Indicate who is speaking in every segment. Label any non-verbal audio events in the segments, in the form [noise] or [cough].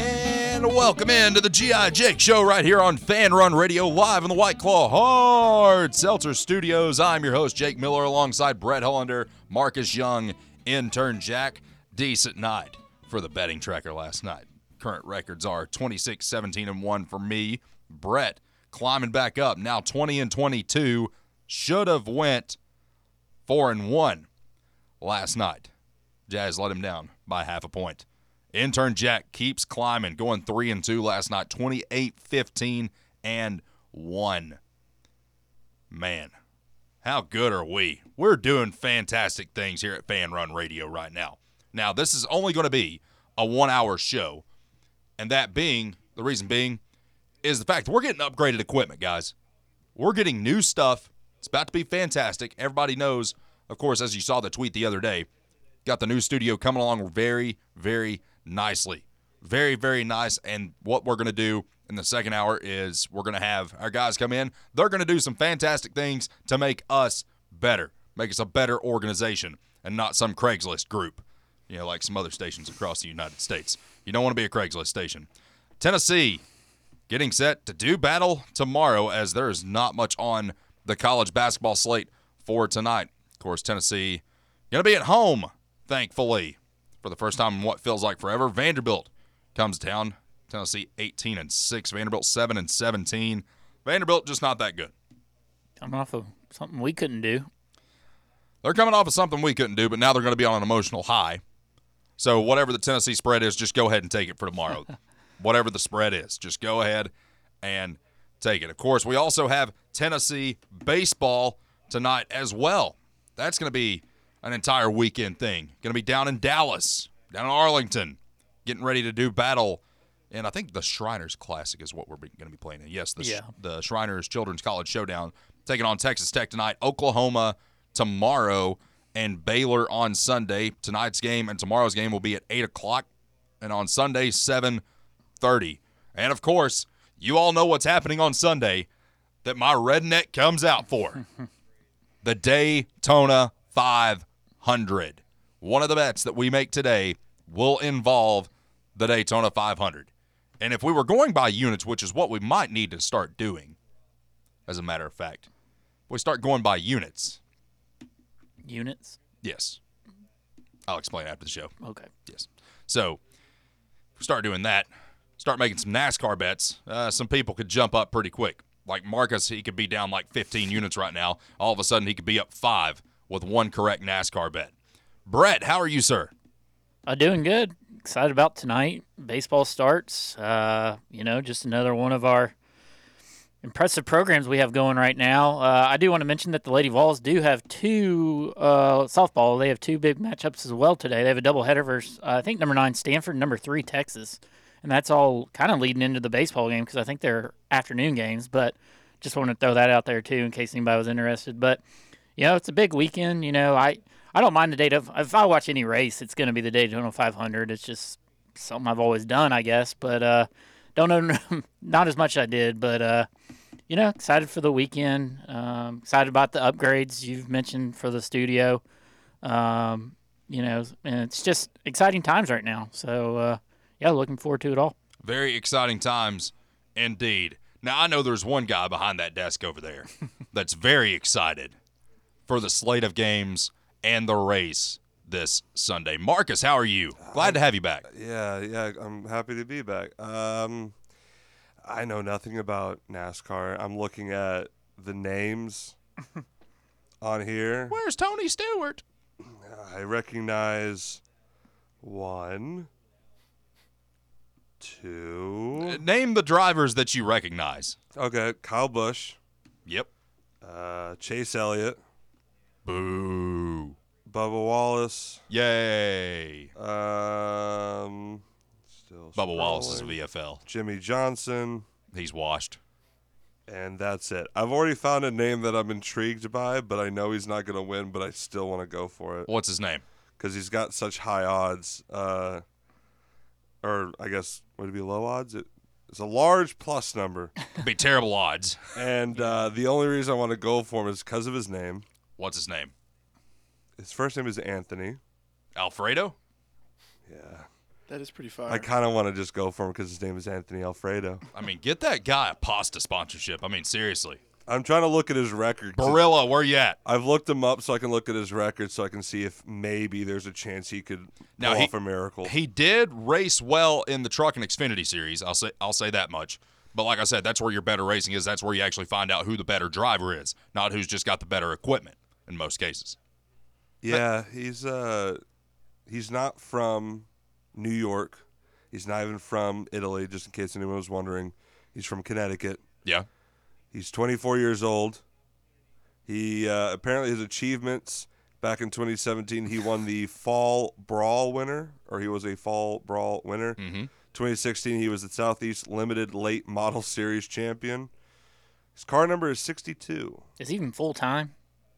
Speaker 1: and welcome in to the G.I. Jake Show right here on Fan Run Radio, live in the White Claw Hard Seltzer Studios. I'm your host, Jake Miller, alongside Brett Hollander, Marcus Young, intern Jack. Decent night for the betting tracker last night. Current records are 26, 17, and 1 for me. Brett climbing back up, now 20 and 22. Should have went 4 and 1 last night. Jazz let him down by half a point. Intern Jack keeps climbing, going 3 and 2 last night, 28 15 and 1. Man, how good are we? We're doing fantastic things here at Fan Run Radio right now. Now, this is only going to be a 1-hour show, and that being, the reason being is the fact that we're getting upgraded equipment, guys. We're getting new stuff. It's about to be fantastic. Everybody knows, of course, as you saw the tweet the other day, got the new studio coming along very, very nicely. Very, very nice. And what we're going to do in the second hour is we're going to have our guys come in. They're going to do some fantastic things to make us better, make us a better organization and not some Craigslist group, you know, like some other stations across the United States. You don't want to be a Craigslist station. Tennessee getting set to do battle tomorrow as there is not much on the college basketball slate for tonight. Of course, Tennessee going to be at home, thankfully, for the first time in what feels like forever. Vanderbilt comes down. Tennessee 18 and 6, Vanderbilt 7 and 17. Vanderbilt just not that good.
Speaker 2: Coming off of something we couldn't do.
Speaker 1: They're coming off of something we couldn't do, but now they're going to be on an emotional high. So whatever the Tennessee spread is, just go ahead and take it for tomorrow. whatever the spread is, just go ahead and take it. Of course, we also have Tennessee baseball tonight as well. That's going to be an entire weekend thing. Going to be down in Dallas, down in Arlington, getting ready to do battle. And I think the Shriners Classic is what we're going to be playing in. Yes, the, Sh-
Speaker 2: Yeah.
Speaker 1: the Shriners Children's College Showdown taking on Texas Tech tonight, Oklahoma tomorrow, and Baylor on Sunday. Tonight's game and tomorrow's game will be at eight o'clock, and on Sunday seven thirty. And of course, you all know what's happening on Sunday that my redneck comes out for the Daytona 500. One of the bets that we make today will involve the Daytona 500. And if we were going by units, which is what we might need to start doing, as a matter of fact, if we start going by units.
Speaker 2: Units.
Speaker 1: Yes. I'll explain after the show.
Speaker 2: Okay.
Speaker 1: Yes. So start doing that. Start making some NASCAR bets. Uh, some people could jump up pretty quick. Like Marcus, he could be down like 15 units right now. All of a sudden, he could be up five with one correct NASCAR bet. Brett, how are you, sir?
Speaker 2: Uh, doing good. Excited about tonight. Baseball starts. Uh, you know, just another one of our impressive programs we have going right now. Uh, I do want to mention that the Lady Vols do have two uh, softball. They have two big matchups as well today. They have a doubleheader versus uh, I think number nine Stanford, number three Texas, and that's all kind of leading into the baseball game because I think they're afternoon games. But just wanted to throw that out there too in case anybody was interested. But you know, it's a big weekend. You know, I I don't mind the date of if I watch any race, it's going to be the Daytona 500. It's just something I've always done, I guess. But uh, don't know, [laughs] not as much I did, but uh, you know, excited for the weekend. Um, excited about the upgrades you've mentioned for the studio. Um, you know, and it's just exciting times right now. So uh, yeah, looking forward to it all.
Speaker 1: Very exciting times indeed. Now, I know there's one guy behind that desk over there [laughs] that's very excited for the slate of games and the race this Sunday. Marcus, how are you? Glad to have you back.
Speaker 3: Yeah, yeah, I'm happy to be back. Um, I know nothing about NASCAR. I'm looking at the names
Speaker 1: [laughs]
Speaker 3: on here.
Speaker 1: Where's Tony Stewart?
Speaker 3: I recognize one, two.
Speaker 1: Name the drivers that you recognize.
Speaker 3: Okay, Kyle Busch,
Speaker 1: Yep.
Speaker 3: uh, Chase Elliott,
Speaker 1: Boo.
Speaker 3: Bubba Wallace.
Speaker 1: Yay.
Speaker 3: Um, still
Speaker 1: Bubba Wallace is
Speaker 3: scrolling.
Speaker 1: VFL.
Speaker 3: Jimmy Johnson.
Speaker 1: He's washed.
Speaker 3: And that's it. I've already found a name that I'm intrigued by, but I know he's not going to win, but I still want to go for it
Speaker 1: What's his name?
Speaker 3: because he's got such high odds. Uh, or I guess, would it be low odds? It, it's a large
Speaker 1: [laughs]
Speaker 3: plus number.
Speaker 1: Could be terrible odds.
Speaker 3: and uh, the only reason I want to go for him is because of his name.
Speaker 1: What's his name?
Speaker 3: His first name is Anthony.
Speaker 1: Alfredo?
Speaker 3: Yeah.
Speaker 4: That is pretty fire.
Speaker 3: I kind of want to just go for him because his name is Anthony Alfredo.
Speaker 1: I mean, get that guy a pasta sponsorship. I mean, seriously.
Speaker 3: I'm trying to look at his record. 'cause
Speaker 1: Barilla, where you at?
Speaker 3: I've looked him up so I can look at his record so I can see if maybe there's a chance he could
Speaker 1: Now,
Speaker 3: pull
Speaker 1: he-
Speaker 3: off a miracle.
Speaker 1: He did race well in the Truck and Xfinity series. I'll say I'll say that much. But like I said, that's where your better racing is. That's where you actually find out who the better driver is, not who's just got the better equipment in most cases.
Speaker 3: yeah, he's uh, he's not from New York. He's not even from Italy. Just in case anyone was wondering, he's from Connecticut.
Speaker 1: Yeah.
Speaker 3: He's 24 years old. He uh, apparently his achievements back in 2017. He won the Fall Brawl winner, or he was a Fall Brawl winner. Mm-hmm. 2016, he was the Southeast Limited Late Model Series champion. His car number is 62.
Speaker 2: Is he even full time?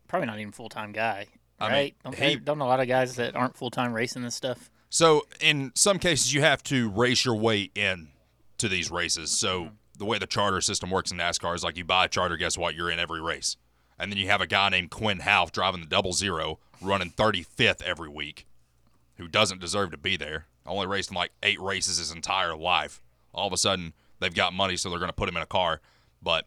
Speaker 2: Probably not even full time guy.
Speaker 1: I mean,
Speaker 2: Right? don't, they-
Speaker 1: he-
Speaker 2: don't a lot of guys that aren't full time racing this stuff?
Speaker 1: So in some cases, you have to race your way in to these races. So the way the charter system works in NASCAR is like you buy a charter. Guess what? You're in every race, and then you have a guy named Quinn Half driving the double zero, running 35th every week, who doesn't deserve to be there. Only raced in like eight races his entire life. All of a sudden, they've got money, so they're going to put him in a car. But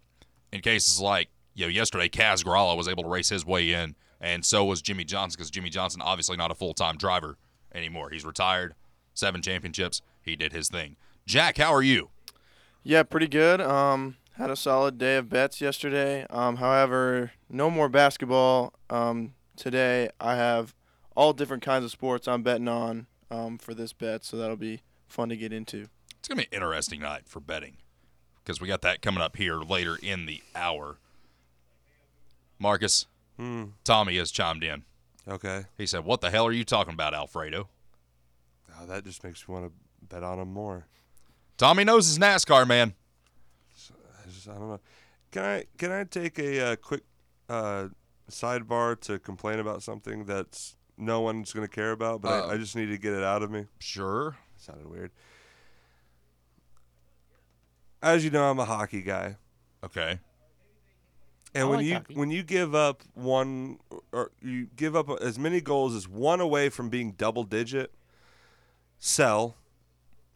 Speaker 1: in cases like you know, yesterday, Kaz Gralla was able to race his way in, and so was Jimmy Johnson because Jimmy Johnson obviously not a full time driver anymore. He's retired, seven championships. He did his thing. Jack, how are you?
Speaker 4: Yeah, pretty good. Um, had a solid day of bets yesterday. Um, however, no more basketball. Um, today I have all different kinds of sports I'm betting on um, for this bet, so that'll be fun to get into.
Speaker 1: It's gonna be an interesting night for betting because we got that coming up here later in the hour. Marcus,
Speaker 3: Hmm.
Speaker 1: Tommy has chimed in.
Speaker 3: Okay,
Speaker 1: He said, "What the hell are you talking about, Alfredo?"
Speaker 3: oh, that just makes me want to bet on him more.
Speaker 1: Tommy knows his NASCAR man.
Speaker 3: I just I don't know. Can I can I take a uh, quick uh, sidebar to complain about something that's no one's going to care about, but I, I just need to get it out of me.
Speaker 1: Sure.
Speaker 3: sounded weird. As you know, I'm a hockey guy,
Speaker 1: Okay.
Speaker 3: and
Speaker 2: I
Speaker 3: when
Speaker 2: like
Speaker 3: you
Speaker 2: hockey.
Speaker 3: when you give up one or you give up as many goals as one away from being double digit, sell,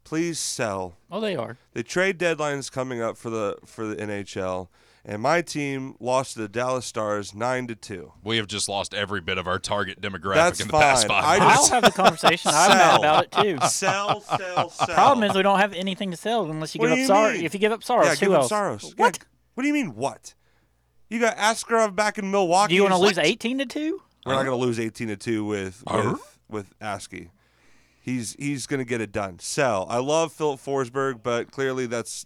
Speaker 3: please sell.
Speaker 2: Well, they are.
Speaker 3: The trade deadline's coming up for the for the NHL, and my team lost to the Dallas Stars nine to two.
Speaker 1: We have just lost every bit of our target demographic
Speaker 3: That's
Speaker 1: in the past
Speaker 3: fine.
Speaker 1: five
Speaker 3: I
Speaker 1: minutes.
Speaker 2: I'll have the conversation. I'm mad
Speaker 3: Sell.
Speaker 2: about it too.
Speaker 3: [laughs] Sell, sell, sell.
Speaker 2: Problem is, we don't have anything to sell unless you
Speaker 3: What
Speaker 2: give
Speaker 3: do
Speaker 2: up
Speaker 3: you
Speaker 2: Soros.
Speaker 3: mean?
Speaker 2: If you give up Soros,
Speaker 3: yeah,
Speaker 2: who
Speaker 3: give
Speaker 2: else?
Speaker 3: Up Saros. Yeah,
Speaker 2: What?
Speaker 3: what do you mean what? You got Askarov back in Milwaukee.
Speaker 2: Do you want to
Speaker 3: It's
Speaker 2: lose
Speaker 3: like-
Speaker 2: 18 to 2?
Speaker 3: We're not going to lose 18 to 2 with
Speaker 1: Arr?
Speaker 3: with, with Askey. He's he's going to get it done. Sell. I love Philip Forsberg, but clearly that's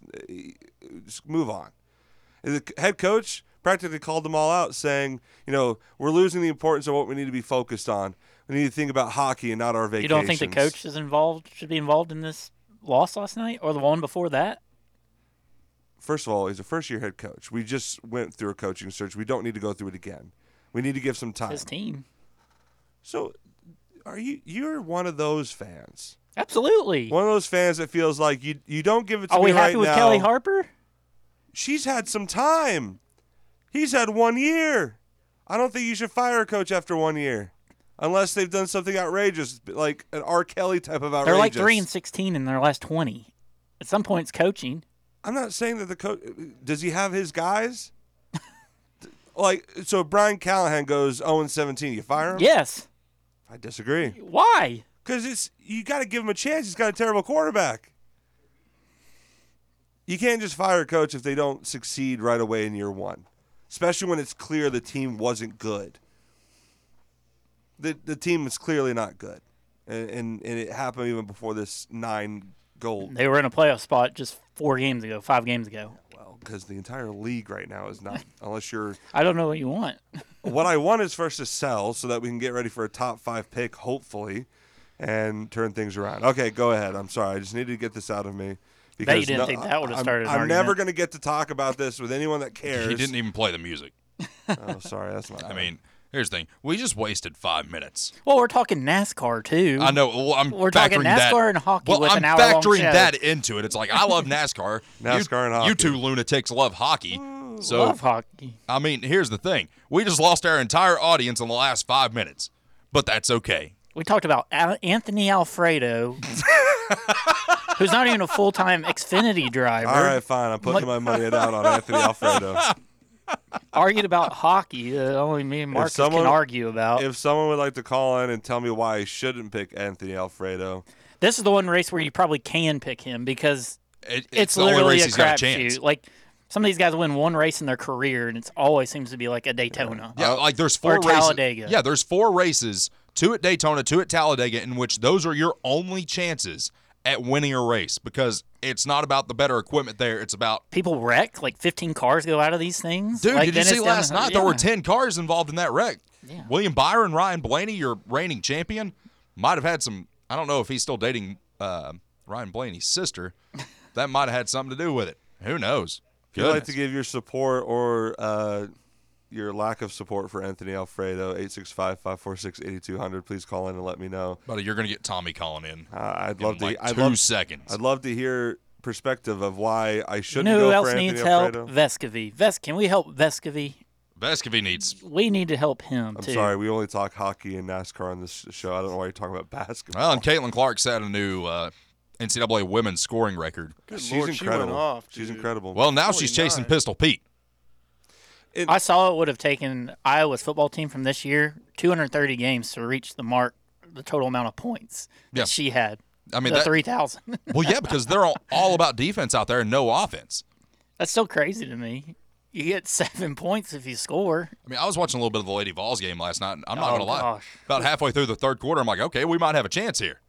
Speaker 3: just move on. The c- head coach practically called them all out saying, you know, we're losing the importance of what we need to be focused on. We need to think about hockey and not our vacations.
Speaker 2: You don't think the coach is involved, should be involved in this loss last night or the one before that?
Speaker 3: First of all, he's a first-year head coach. We just went through a coaching search. We don't need to go through it again. We need to give some time.
Speaker 2: His team.
Speaker 3: So, are you you're one of those fans?
Speaker 2: Absolutely.
Speaker 3: One of those fans that feels like you you don't give it to
Speaker 2: Are
Speaker 3: me
Speaker 2: we
Speaker 3: right
Speaker 2: happy with
Speaker 3: now.
Speaker 2: Kelly Harper?
Speaker 3: She's had some time. He's had one year. I don't think you should fire a coach after one year, unless they've done something outrageous, like an R. Kelly type of outrageous.
Speaker 2: They're like 3 and 16 in their last 20. At some point, it's coaching.
Speaker 3: I'm not saying that the coach does he have his guys. [laughs] like so, Brian Callahan goes 0 and 17. You fire him?
Speaker 2: Yes.
Speaker 3: I disagree
Speaker 2: Why?
Speaker 3: because it's you got to give him a chance. He's got a terrible quarterback. You can't just fire a coach if they don't succeed right away in year one, especially when it's clear the team wasn't good. The the team is clearly not good, and and, and it happened even before this nine goal.
Speaker 2: They were in a playoff spot just four games ago, five games ago.
Speaker 3: Well, because the entire league right now is not unless you're.
Speaker 2: I don't know what you want.
Speaker 3: what I want is for us to sell so that we can get ready for a top five pick, hopefully, and turn things around. Okay, go ahead. I'm sorry. I just needed to get this out of me. Because
Speaker 2: didn't think that would've
Speaker 3: I'm-
Speaker 2: started an
Speaker 3: I'm, never
Speaker 2: argument.
Speaker 3: going to get to talk about this with
Speaker 1: [laughs]
Speaker 3: anyone that cares.
Speaker 1: He didn't even play the music.
Speaker 3: Oh, sorry. That's not.
Speaker 1: [laughs] I mean, here's the thing: we just wasted five minutes.
Speaker 2: Well, we're talking NASCAR too.
Speaker 3: Mm.
Speaker 1: I know. Well, I'm
Speaker 2: We're
Speaker 1: factoring
Speaker 2: talking
Speaker 1: that.
Speaker 2: NASCAR and hockey
Speaker 1: Well,
Speaker 2: with
Speaker 1: I'm
Speaker 2: an hour-long
Speaker 1: factoring
Speaker 2: show.
Speaker 1: that into it. It's like I
Speaker 2: [laughs]
Speaker 1: love NASCAR.
Speaker 3: NASCAR
Speaker 1: you,
Speaker 3: and hockey.
Speaker 1: You two lunatics love hockey. So
Speaker 2: Love hockey.
Speaker 1: I mean, here's the thing: we just lost our entire audience in the last five minutes, but that's okay.
Speaker 2: We talked about Al- Anthony
Speaker 1: [laughs]
Speaker 2: Alfredo, who's not even a full time Xfinity driver.
Speaker 3: All right, fine. I'm putting
Speaker 2: Mo-
Speaker 3: my money down
Speaker 2: [laughs]
Speaker 3: on Anthony Alfredo.
Speaker 2: Argued about hockey that only me and Marcus
Speaker 3: someone-
Speaker 2: can argue about.
Speaker 3: If someone would like to call in and tell me why I shouldn't pick Anthony Alfredo,
Speaker 2: this is the one race where you probably can pick him because
Speaker 1: It- it's,
Speaker 2: it's,
Speaker 1: the only
Speaker 2: literally
Speaker 1: race
Speaker 2: a
Speaker 1: he's got a chance.
Speaker 2: crapshoot. Like some of these guys win one race in their career, and it's always seems to be like a Daytona.
Speaker 1: Yeah, Uh, like there's four races.
Speaker 2: Talladega.
Speaker 1: Yeah, there's four races, two at Daytona, two at Talladega, in which those are your only chances at winning a race because it's not about the better equipment there. It's about
Speaker 2: People wreck like 15 cars go out of these things.
Speaker 1: dude.
Speaker 2: Like,
Speaker 1: did you
Speaker 2: then
Speaker 1: see
Speaker 2: it's down
Speaker 1: last
Speaker 2: to-
Speaker 1: night? There were
Speaker 2: yeah.
Speaker 1: ten cars involved in that wreck.
Speaker 2: Yeah.
Speaker 1: William Byron, Ryan Blaney, your reigning champion, might have had some. I don't know if he's still dating uh, Ryan Blaney's sister. that might have had something to do with it. Who knows?
Speaker 3: if you'd like
Speaker 1: Goodness.
Speaker 3: to give your support or uh, your lack of support for Anthony Alfredo, 865-546-8200, please call in and let me know.
Speaker 1: Buddy, you're gonna get Tommy calling in.
Speaker 3: Uh, I'd
Speaker 1: in
Speaker 3: love to.
Speaker 1: like
Speaker 3: I'd
Speaker 1: two
Speaker 3: love.
Speaker 1: seconds.
Speaker 3: I'd love to hear perspective of why I
Speaker 2: You
Speaker 3: shouldn't
Speaker 2: know
Speaker 3: go
Speaker 2: who
Speaker 3: for
Speaker 2: else
Speaker 3: Anthony
Speaker 2: needs help?
Speaker 3: Alfredo.
Speaker 2: Vescovy. Ves, can we help Vescovy?
Speaker 1: Vescovy needs
Speaker 2: We need to help him
Speaker 3: I'm
Speaker 2: too.
Speaker 3: sorry, we only talk hockey and NASCAR on this show. I don't know why you're talking about basketball.
Speaker 1: Well, and Caitlin Clark set a new uh, NCAA women's scoring record.
Speaker 4: Good
Speaker 3: She's
Speaker 4: Lord,
Speaker 3: incredible.
Speaker 4: She went off.
Speaker 3: She's
Speaker 4: dude.
Speaker 3: incredible.
Speaker 1: Well, now she's chasing
Speaker 4: 49.
Speaker 1: Pistol Pete.
Speaker 2: I saw it would have taken Iowa's football team from this year 230 games to reach the mark, the total amount of points
Speaker 1: Yeah.
Speaker 2: that she had.
Speaker 1: I mean,
Speaker 2: the
Speaker 1: that,
Speaker 2: 3,000.
Speaker 1: well, yeah, because they're all, all about defense out there and no offense.
Speaker 2: [laughs] That's still crazy to me. You get seven points if you score.
Speaker 1: I mean, I was watching a little bit of the Lady Vols game last night. And I'm not
Speaker 2: Oh,
Speaker 1: going to lie.
Speaker 2: gosh.
Speaker 1: About halfway through the third quarter, I'm like, okay, we might have a chance here.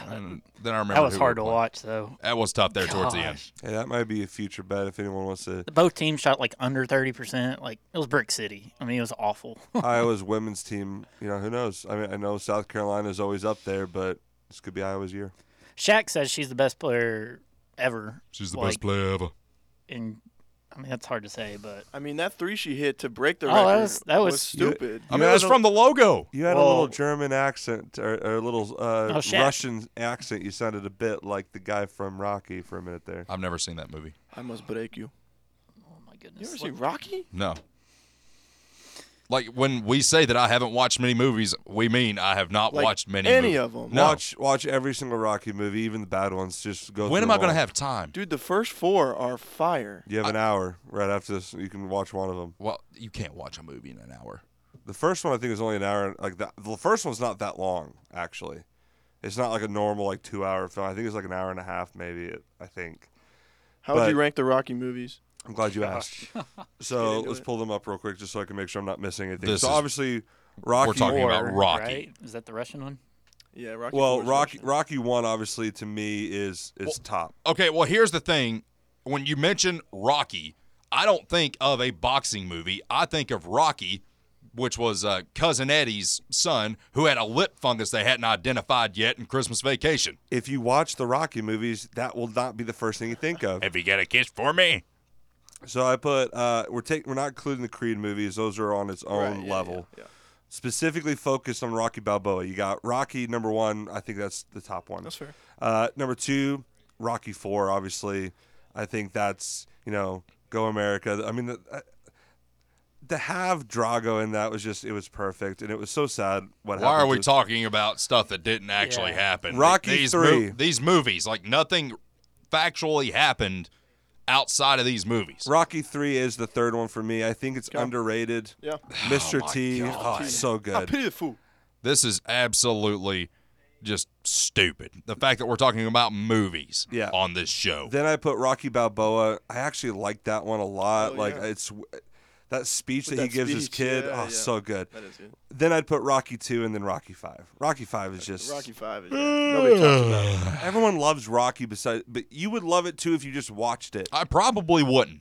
Speaker 1: And then I remember
Speaker 2: That was
Speaker 1: who we
Speaker 2: hard
Speaker 1: were
Speaker 2: to
Speaker 1: playing.
Speaker 2: watch, though.
Speaker 1: That was tough there towards the end.
Speaker 2: Gosh.
Speaker 3: Hey, that might be a future bet if anyone wants to.
Speaker 2: Both teams shot like under 30%. Like, it was Brick City. I mean, it was awful. [laughs]
Speaker 3: Iowa's women's team, you know, who knows? I mean, I know South Carolina's always up there, but this could be Iowa's year.
Speaker 2: Shaq says she's the best player ever.
Speaker 1: She's the
Speaker 2: Like,
Speaker 1: best player ever.
Speaker 2: And I mean, that's hard to say, but
Speaker 4: I mean, that three she hit to break the
Speaker 2: Oh, that
Speaker 4: record
Speaker 2: was- that was-
Speaker 4: stupid.
Speaker 1: I mean,
Speaker 3: You
Speaker 1: it was
Speaker 3: had a-
Speaker 1: from the logo.
Speaker 3: You had a
Speaker 2: Well-
Speaker 3: little German accent or, or a little uh,
Speaker 2: Oh, shit.
Speaker 3: Russian accent. You sounded a bit like the guy from Rocky for a minute there.
Speaker 1: I've never seen that movie.
Speaker 4: I must break you.
Speaker 2: oh my
Speaker 4: You
Speaker 2: goodness.
Speaker 4: ever
Speaker 2: Look-
Speaker 4: see Rocky?
Speaker 1: No. Like when we say that I haven't watched many movies, we mean I have not
Speaker 4: Like,
Speaker 1: watched many.
Speaker 4: any
Speaker 1: movies.
Speaker 4: of 'em.
Speaker 1: No.
Speaker 3: Watch watch every single Rocky movie, even the bad ones. Just go.
Speaker 1: when
Speaker 3: through
Speaker 1: am I
Speaker 3: them
Speaker 1: going to
Speaker 3: all.
Speaker 1: have time?
Speaker 4: Dude, the first four are fire.
Speaker 3: You have an hour right after this. You can watch one of them.
Speaker 1: Well, you can't watch a movie in an hour.
Speaker 3: The first one I think is only an hour. Like the, the first one's not that long actually. It's not like a normal like two hour film. I think it's like an hour and a half maybe. I think.
Speaker 4: How would you
Speaker 3: But-
Speaker 4: rank the Rocky movies?
Speaker 3: I'm glad
Speaker 1: [laughs]
Speaker 3: you asked. So
Speaker 4: into
Speaker 3: let's
Speaker 4: it.
Speaker 3: pull them up real quick just so I can make sure I'm not missing anything.
Speaker 1: This
Speaker 3: so
Speaker 1: is-
Speaker 3: obviously Rocky
Speaker 1: talking about
Speaker 2: Or,
Speaker 1: Rocky.
Speaker 2: Right? Is that the Russian one?
Speaker 4: Yeah, Rocky.
Speaker 3: Well,
Speaker 4: four's
Speaker 3: Rocky
Speaker 4: Russian.
Speaker 3: Rocky 1 obviously to me is is top.
Speaker 1: Okay, well, here's the thing. When you mention Rocky, I don't think of a boxing movie. I think of Rocky, which was uh, Cousin Eddie's son who had a lip fungus they hadn't identified yet in Christmas Vacation.
Speaker 3: If you watch the Rocky movies, that will not be the first thing you think of.
Speaker 1: Have you got a kiss for me?
Speaker 3: So I put uh, we're taking we're not including the Creed movies; those are on its own
Speaker 4: Right, yeah,
Speaker 3: level.
Speaker 4: yeah, yeah.
Speaker 3: Specifically focused on Rocky Balboa. You got Rocky number one. I think that's the top one.
Speaker 4: That's fair.
Speaker 3: Uh, number two, Rocky Four. Obviously, I think that's you know Go America. I mean, the, uh, to have Drago in that was just it was perfect, and it was so sad what
Speaker 1: Why are
Speaker 3: happened
Speaker 1: we
Speaker 3: to-
Speaker 1: talking about stuff that didn't actually
Speaker 2: Yeah.
Speaker 1: happen?
Speaker 3: Rocky
Speaker 1: Like, these
Speaker 3: three.
Speaker 1: these movies, like nothing factually happened outside of these movies.
Speaker 3: Rocky Three is the third one for me. I think it's underrated.
Speaker 4: Yeah.
Speaker 3: Mr.
Speaker 1: my
Speaker 3: T,
Speaker 1: God.
Speaker 3: oh, so
Speaker 4: I
Speaker 3: good.
Speaker 4: pity the fool.
Speaker 1: This is absolutely just stupid. The fact that we're talking about movies
Speaker 3: Yeah.
Speaker 1: on this show.
Speaker 3: Then I put Rocky Balboa. I actually like that one a lot.
Speaker 4: Oh,
Speaker 3: like
Speaker 4: yeah.
Speaker 3: it's that speech that
Speaker 4: With
Speaker 3: he
Speaker 4: that
Speaker 3: gives his
Speaker 4: speech,
Speaker 3: kid.
Speaker 4: yeah,
Speaker 3: oh,
Speaker 4: yeah.
Speaker 3: so good.
Speaker 4: That is good.
Speaker 3: Then I'd put Rocky two and then Rocky five. Rocky five is just
Speaker 4: Rocky Five. Is, yeah.
Speaker 3: Mm.
Speaker 4: Nobody talks about
Speaker 3: [laughs]
Speaker 4: it.
Speaker 3: everyone loves Rocky. Besides, but you would love it too if you just watched it.
Speaker 1: I probably wouldn't.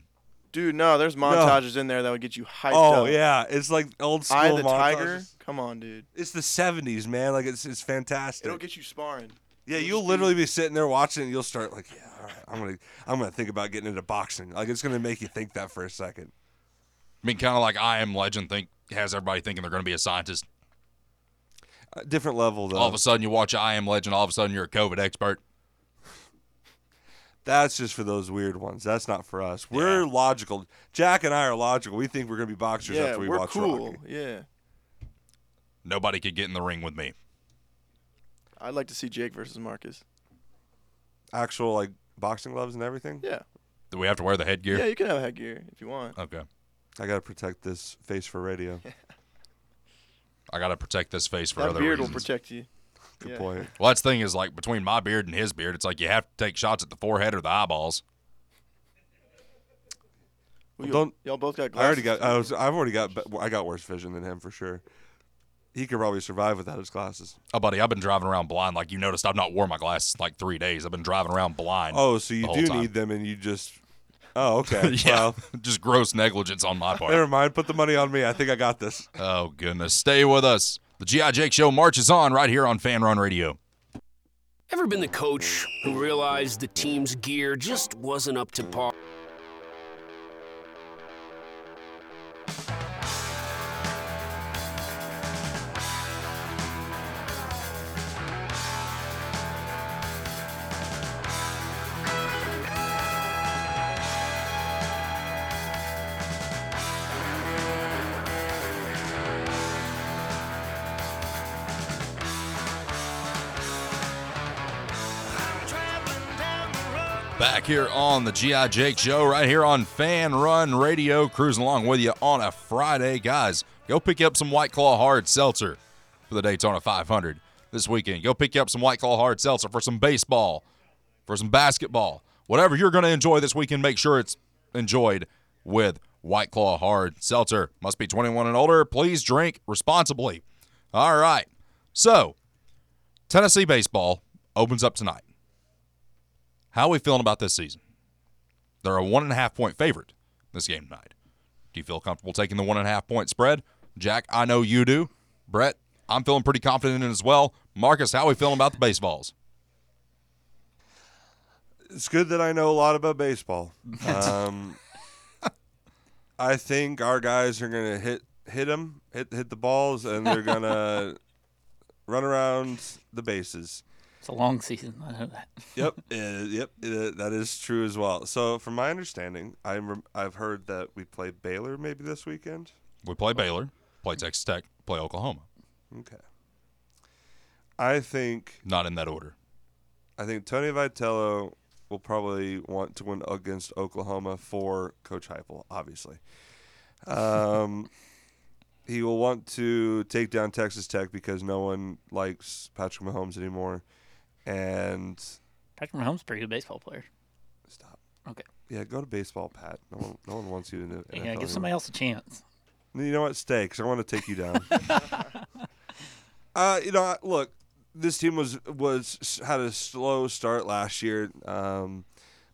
Speaker 4: Dude, no, there's montages in there that would get you hyped up.
Speaker 3: Oh yeah, it's like old school
Speaker 4: Eye of the
Speaker 3: montages.
Speaker 4: Tiger. Come on, dude.
Speaker 3: It's the seventies, man. Like it's it's fantastic.
Speaker 4: It'll get you sparring.
Speaker 3: yeah,
Speaker 4: it'll
Speaker 3: you'll
Speaker 4: just be-
Speaker 3: literally be sitting there watching, and you'll start like, yeah, all right, I'm gonna I'm gonna think about getting into boxing. Like it's gonna make you think that for a second.
Speaker 1: I mean, kind of like I Am Legend think has everybody thinking they're going to be a scientist.
Speaker 3: Uh, different level though.
Speaker 1: All of a sudden, you watch I Am Legend. All of a sudden, you're a COVID expert.
Speaker 3: That's just for those weird ones. That's not for us. We're logical. Jack and I are logical. We think we're going to be boxers
Speaker 4: Yeah,
Speaker 3: after we
Speaker 4: we're
Speaker 3: watch
Speaker 4: cool.
Speaker 3: Rocky.
Speaker 4: Yeah.
Speaker 1: Nobody could get in the ring with me.
Speaker 4: I'd like to see Jake versus Marcus.
Speaker 3: Actual like boxing gloves and everything.
Speaker 4: Yeah.
Speaker 1: Do we have to wear the headgear?
Speaker 4: Yeah, you can have headgear if you
Speaker 3: Uh,
Speaker 4: want.
Speaker 1: Okay.
Speaker 3: I gotta protect this face
Speaker 1: [laughs]
Speaker 3: for radio.
Speaker 1: I gotta protect this face for
Speaker 4: that
Speaker 1: other
Speaker 4: beard will
Speaker 1: reasons.
Speaker 4: protect you.
Speaker 3: Good
Speaker 4: Yeah.
Speaker 3: point.
Speaker 1: well, that's the thing is like between my beard and his beard, it's like you have to take shots at the forehead or the eyeballs.
Speaker 4: Well,
Speaker 3: Well,
Speaker 4: you-
Speaker 3: don't-
Speaker 4: y'all both got
Speaker 3: I already
Speaker 4: glasses.
Speaker 3: got. I was. I've already got. be- I got worse vision than him for sure. He could probably survive without his glasses.
Speaker 1: Oh, buddy, I've been driving around blind. Like you noticed, I've not worn my glasses in, like three days. I've been driving around blind.
Speaker 3: Oh, so you
Speaker 1: the whole
Speaker 3: do
Speaker 1: time.
Speaker 3: need them, and you just. Oh, [laughs] okay.
Speaker 1: [laughs] yeah,
Speaker 3: Well,
Speaker 1: just gross negligence on my part.
Speaker 3: never mind. Put the money on me. I think I got this.
Speaker 1: Oh, goodness. Stay with us. The G.I. Jake Show marches on right here on Fan Run Radio.
Speaker 5: Ever been the coach who realized the team's gear just wasn't up to par?
Speaker 1: Back here on the G.I. Jake Show, right here on Fan Run Radio, cruising along with you on a Friday. Guys, go pick up some White Claw Hard Seltzer for the Daytona 500 this weekend. Go pick up some White Claw Hard Seltzer for some baseball, for some basketball. Whatever you're going to enjoy this weekend, make sure it's enjoyed with White Claw Hard Seltzer. Must be 21 and older. Please drink responsibly. All right. So, Tennessee baseball opens up tonight. How are we feeling about this season? They're a one and a half point favorite this game tonight. Do you feel comfortable taking the one and a half point spread? Jack, I know you do. Brett, I'm feeling pretty confident in it as well. Marcus, how are we feeling about the baseballs?
Speaker 3: It's good that I know a lot about baseball. Um, I think our guys are gonna hit hit them, hit hit the balls, and they're gonna run around the bases.
Speaker 2: It's a long [laughs] season. I know that.
Speaker 3: yep, [laughs] uh, yep, uh, that is true as well. So, from my understanding, I rem- I've heard that we play Baylor maybe this weekend.
Speaker 1: We play Baylor, play Texas Tech, play Oklahoma.
Speaker 3: Okay. I think
Speaker 1: Not in that order.
Speaker 3: I think Tony Vitello will probably want to win against Oklahoma for Coach Heupel, obviously.
Speaker 2: [laughs]
Speaker 3: Um, he will want to take down Texas Tech because no one likes Patrick Mahomes anymore, and
Speaker 2: Patrick Mahomes, is a pretty good baseball player.
Speaker 3: stop.
Speaker 2: Okay.
Speaker 3: Yeah, go to baseball, Pat. No one, no one wants you to. NFL
Speaker 2: Yeah,
Speaker 3: anymore.
Speaker 2: give somebody else a chance.
Speaker 3: You know what? Stay, 'cause I want to take you down. [laughs] uh, you know, I- look, this team was was had a slow start last year um,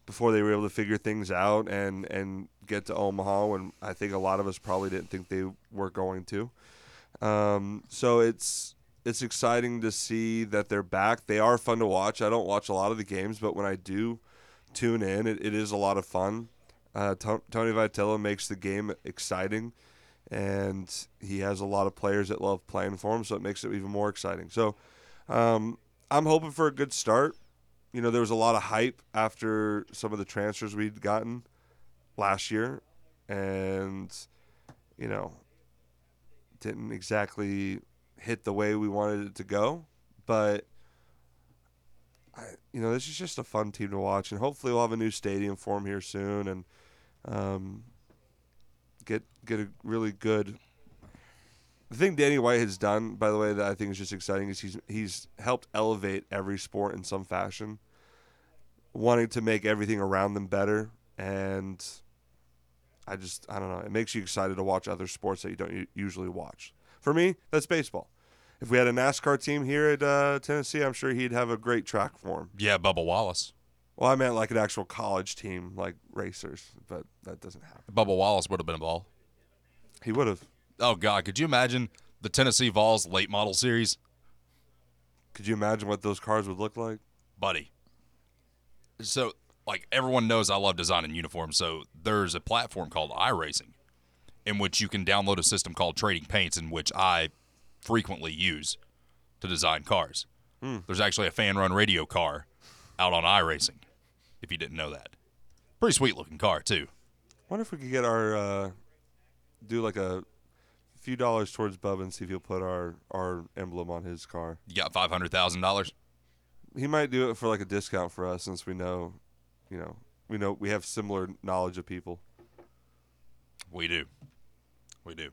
Speaker 3: before they were able to figure things out and and get to Omaha when I think a lot of us probably didn't think they were going to. Um, so it's it's exciting to see that they're back. They are fun to watch. I don't watch a lot of the games, but when I do tune in, it, it is a lot of fun. Uh, To- Tony Vitello makes the game exciting and he has a lot of players that love playing for him, so it makes it even more exciting. So um, I'm hoping for a good start. You know, there was a lot of hype after some of the transfers we'd gotten last year, and you know, didn't exactly hit the way we wanted it to go. But I, you know, this is just a fun team to watch, and hopefully we'll have a new stadium for him here soon, and um, get get a really good. The thing Danny White has done, by the way, that I think is just exciting is he's he's helped elevate every sport in some fashion, wanting to make everything around them better, and I just I don't know. It makes you excited to watch other sports that you don't u- usually watch. For me, that's baseball. If we had a NASCAR team here at uh, Tennessee, I'm sure he'd have a great track for him.
Speaker 1: Yeah, Bubba Wallace.
Speaker 3: Well, I meant like an actual college team, like racers, but that doesn't happen.
Speaker 1: Bubba Wallace would have been involved.
Speaker 3: He would have.
Speaker 1: Oh, God. Could you imagine the Tennessee Vols late model series?
Speaker 3: Could you imagine what those cars would look like?
Speaker 1: buddy. So, like everyone knows, I love designing uniforms. So there's a platform called iRacing, in which you can download a system called Trading Paints, in which I frequently use to design cars. There's actually a fan-run radio car out on iRacing. If you didn't know that, pretty sweet looking car too.
Speaker 3: Wonder if we could get our uh, do like a few dollars towards Bub and see if he'll put our our emblem on his car.
Speaker 1: You got five hundred thousand dollars.
Speaker 3: he might do it for like a discount for us since we know, you know, we know we have similar knowledge of people.
Speaker 1: We do. We do.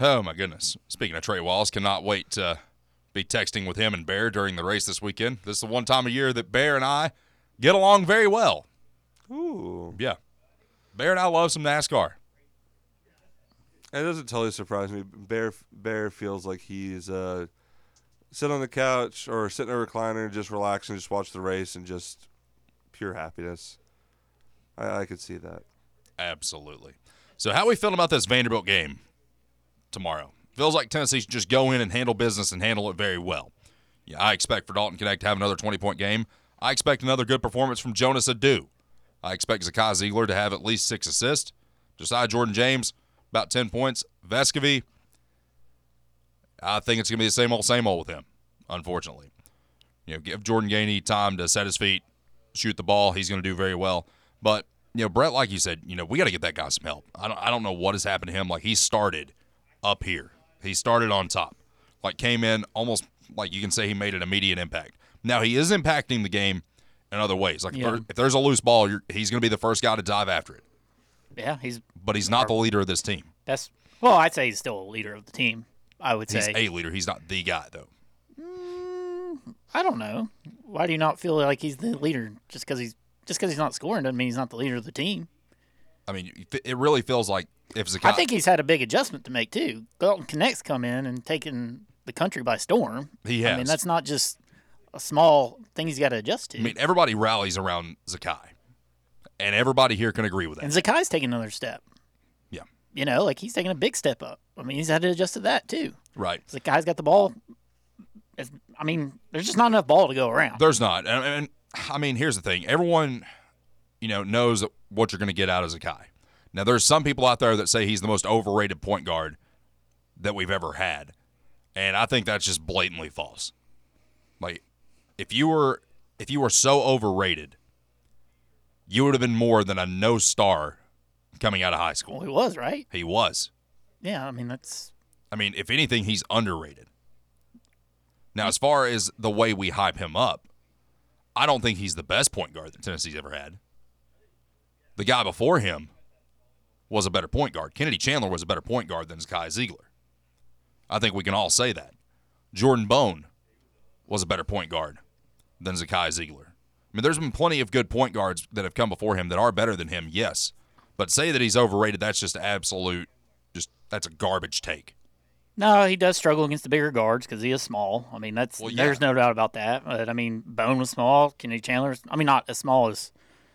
Speaker 1: oh my goodness. Speaking of Trey Wallace, cannot wait to be texting with him and Bear during the race this weekend. This is the one time of year that Bear and I get along very well.
Speaker 3: Ooh,
Speaker 1: Yeah. Bear and I love some NASCAR.
Speaker 3: it doesn't totally surprise me. Bear Bear feels like he's uh, sitting on the couch or sitting in a recliner, and just relaxing, just watch the race, and just pure happiness. I, I could see that.
Speaker 1: Absolutely. So how we feeling about this Vanderbilt game tomorrow? Feels like Tennessee should just go in and handle business and handle it very well. Yeah, I expect for Dalton Connect to have another 20 point game. I expect another good performance from Jonas Adu. I expect Zakai Ziegler to have at least six assists. Josiah Jordan James, about 10 points. Vescovy, I think it's going to be the same old, same old with him, unfortunately. You know, give Jordan Gainey time to set his feet, shoot the ball. He's going to do very well. But you know, Brett, like you said, you know, we got to get that guy some help. I don't, I don't know what has happened to him. Like he started up here. He started on top. Like came in almost like you can say he made an immediate impact. Now he is impacting the game in other ways. Like
Speaker 2: Yeah.
Speaker 1: if, there, if there's a loose ball, you're, he's going to be the first guy to dive after it.
Speaker 2: Yeah, he's
Speaker 1: But he's not the leader of this team.
Speaker 2: that's well, I'd say he's still a leader of the team. I would
Speaker 1: He's
Speaker 2: say.
Speaker 1: a leader. He's not the guy though.
Speaker 2: I don't know. Why do you not feel like he's the leader? Just because he's just because he's not scoring doesn't mean he's not the leader of the team.
Speaker 1: I mean, it really feels like if Zakai,
Speaker 2: I think he's had a big adjustment to make too. Dalton Connects come in and taken the country by storm.
Speaker 1: He
Speaker 2: I mean,
Speaker 1: has.
Speaker 2: that's not just a small thing he's got to adjust to.
Speaker 1: I mean, everybody rallies around Zakai, and everybody here can agree with that.
Speaker 2: and Zakai's taking another step.
Speaker 1: Yeah.
Speaker 2: You know, like he's taking a big step up. I mean, he's had to adjust to that too.
Speaker 1: Right.
Speaker 2: Zakai's got the ball. It's- I mean, there's just not enough ball to go around.
Speaker 1: There's not. And, and I mean, here's the thing. Everyone, you know, knows what you're going to get out of Zakai. Now, there's some people out there that say he's the most overrated point guard that we've ever had, and I think that's just blatantly false. Like, if you were if you were so overrated, you would have been more than a no star coming out of high
Speaker 2: Well,
Speaker 1: school.
Speaker 2: he was right.
Speaker 1: He was.
Speaker 2: Yeah, I mean that's
Speaker 1: I mean, if anything, he's underrated. Now, as far as the way we hype him up, I don't think he's the best point guard that Tennessee's ever had. The guy before him was a better point guard. Kennedy Chandler was a better point guard than Kai Ziegler. I think we can all say that. Jordan Bone was a better point guard than Zakai Ziegler. I mean, there's been plenty of good point guards that have come before him that are better than him, yes. But say that he's overrated, that's just absolute, just that's a garbage take.
Speaker 2: no, he does struggle against the bigger guards because he is small. I mean that's
Speaker 1: Well,
Speaker 2: there's
Speaker 1: yeah.
Speaker 2: no doubt about that. But I mean, Bone was small. Kennedy Chandler's I mean not as small as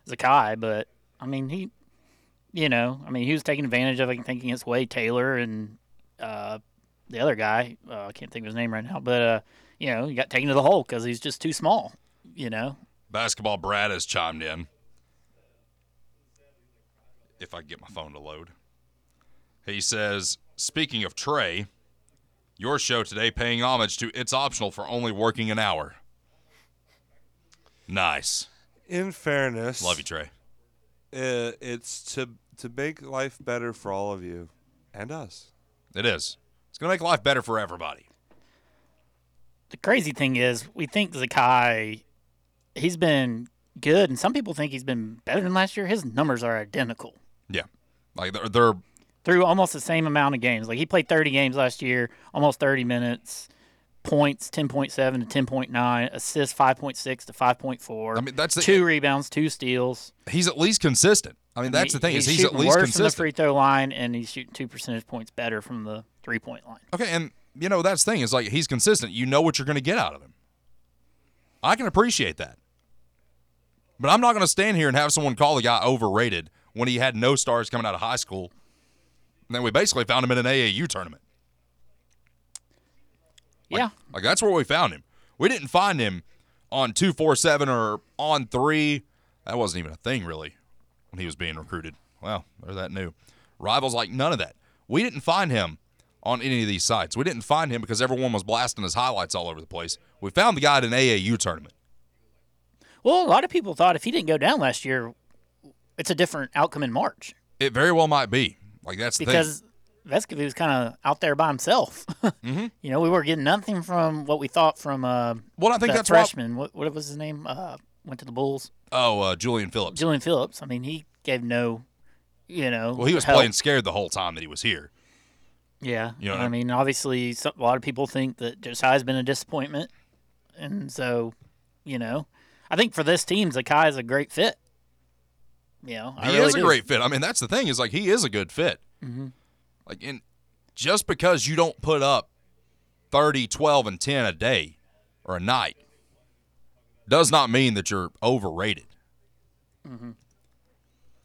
Speaker 2: Zakai, but I mean he, you know, I mean he was taking advantage of. I think against Wade Taylor and uh, the other guy. Uh, I can't think of his name right now, but uh, you know he got taken to the hole because he's just too small. You know,
Speaker 1: Basketball Brad has chimed in. If I get my phone to load. He says, speaking of Trey, your show today paying homage to It's Optional for only working an hour. Nice.
Speaker 3: In fairness,
Speaker 1: Love you, Trey.
Speaker 3: uh, it's to to make life better for all of you and us.
Speaker 1: It is. It's going to make life better for everybody.
Speaker 2: the crazy thing is, we think Zakai, he's been good, and some people think he's been better than last year. His numbers are identical
Speaker 1: Yeah. Like, they're, they're
Speaker 2: through almost the same amount of games. Like he played 30 games last year, almost 30 minutes, points 10.7 to 10.9, assists 5.6 to 5.4.
Speaker 1: I mean, that's the-
Speaker 2: two rebounds, two steals.
Speaker 1: he's at least consistent. I mean, that's the thing is he's at
Speaker 2: shooting
Speaker 1: least
Speaker 2: worse from the
Speaker 1: consistent.
Speaker 2: free throw line, and he's shooting two percentage points better from the three point line.
Speaker 1: Okay, and you know that's the thing is like he's consistent. You know what you're going to get out of him. I can appreciate that, but I'm not going to stand here and have someone call the guy overrated when he had no stars coming out of high school. And then we basically found him in an AAU tournament.
Speaker 2: yeah,
Speaker 1: Like that's where we found him. We didn't find him on two four seven or on three. That wasn't even a thing really when he was being recruited. Well, they're that new. Rivals like none of that. We didn't find him on any of these sites. We didn't find him because everyone was blasting his highlights all over the place. We found the guy at an AAU tournament.
Speaker 2: Well, a lot of people thought if he didn't go down last year, it's a different outcome in March
Speaker 1: It very well might be. Like that's the thing.
Speaker 2: because Vescovy was kind of out there by himself. [laughs] You know, we were getting nothing from what we thought from uh,
Speaker 1: Well, I Mm-hmm. think
Speaker 2: that
Speaker 1: that's why-
Speaker 2: freshman. What, what was his name? Uh, went to the Bulls.
Speaker 1: Oh, uh, Julian Phillips.
Speaker 2: Julian Phillips. I mean, he gave no, you know.
Speaker 1: Well, he was
Speaker 2: help.
Speaker 1: playing scared the whole time that he was here.
Speaker 2: Yeah.
Speaker 1: You know what I
Speaker 2: I mean, obviously, some, a lot of people think that Josiah's been a disappointment. And so, you know, I think for this team, Zakai is a great fit. You know, I
Speaker 1: He
Speaker 2: really
Speaker 1: is a
Speaker 2: do. Mm-hmm.
Speaker 1: great fit. I mean, that's the thing is like he is a good fit. Like, in just because you don't put up 30, 12, and 10 a day or a night does not mean that you're overrated.
Speaker 2: Mm-hmm.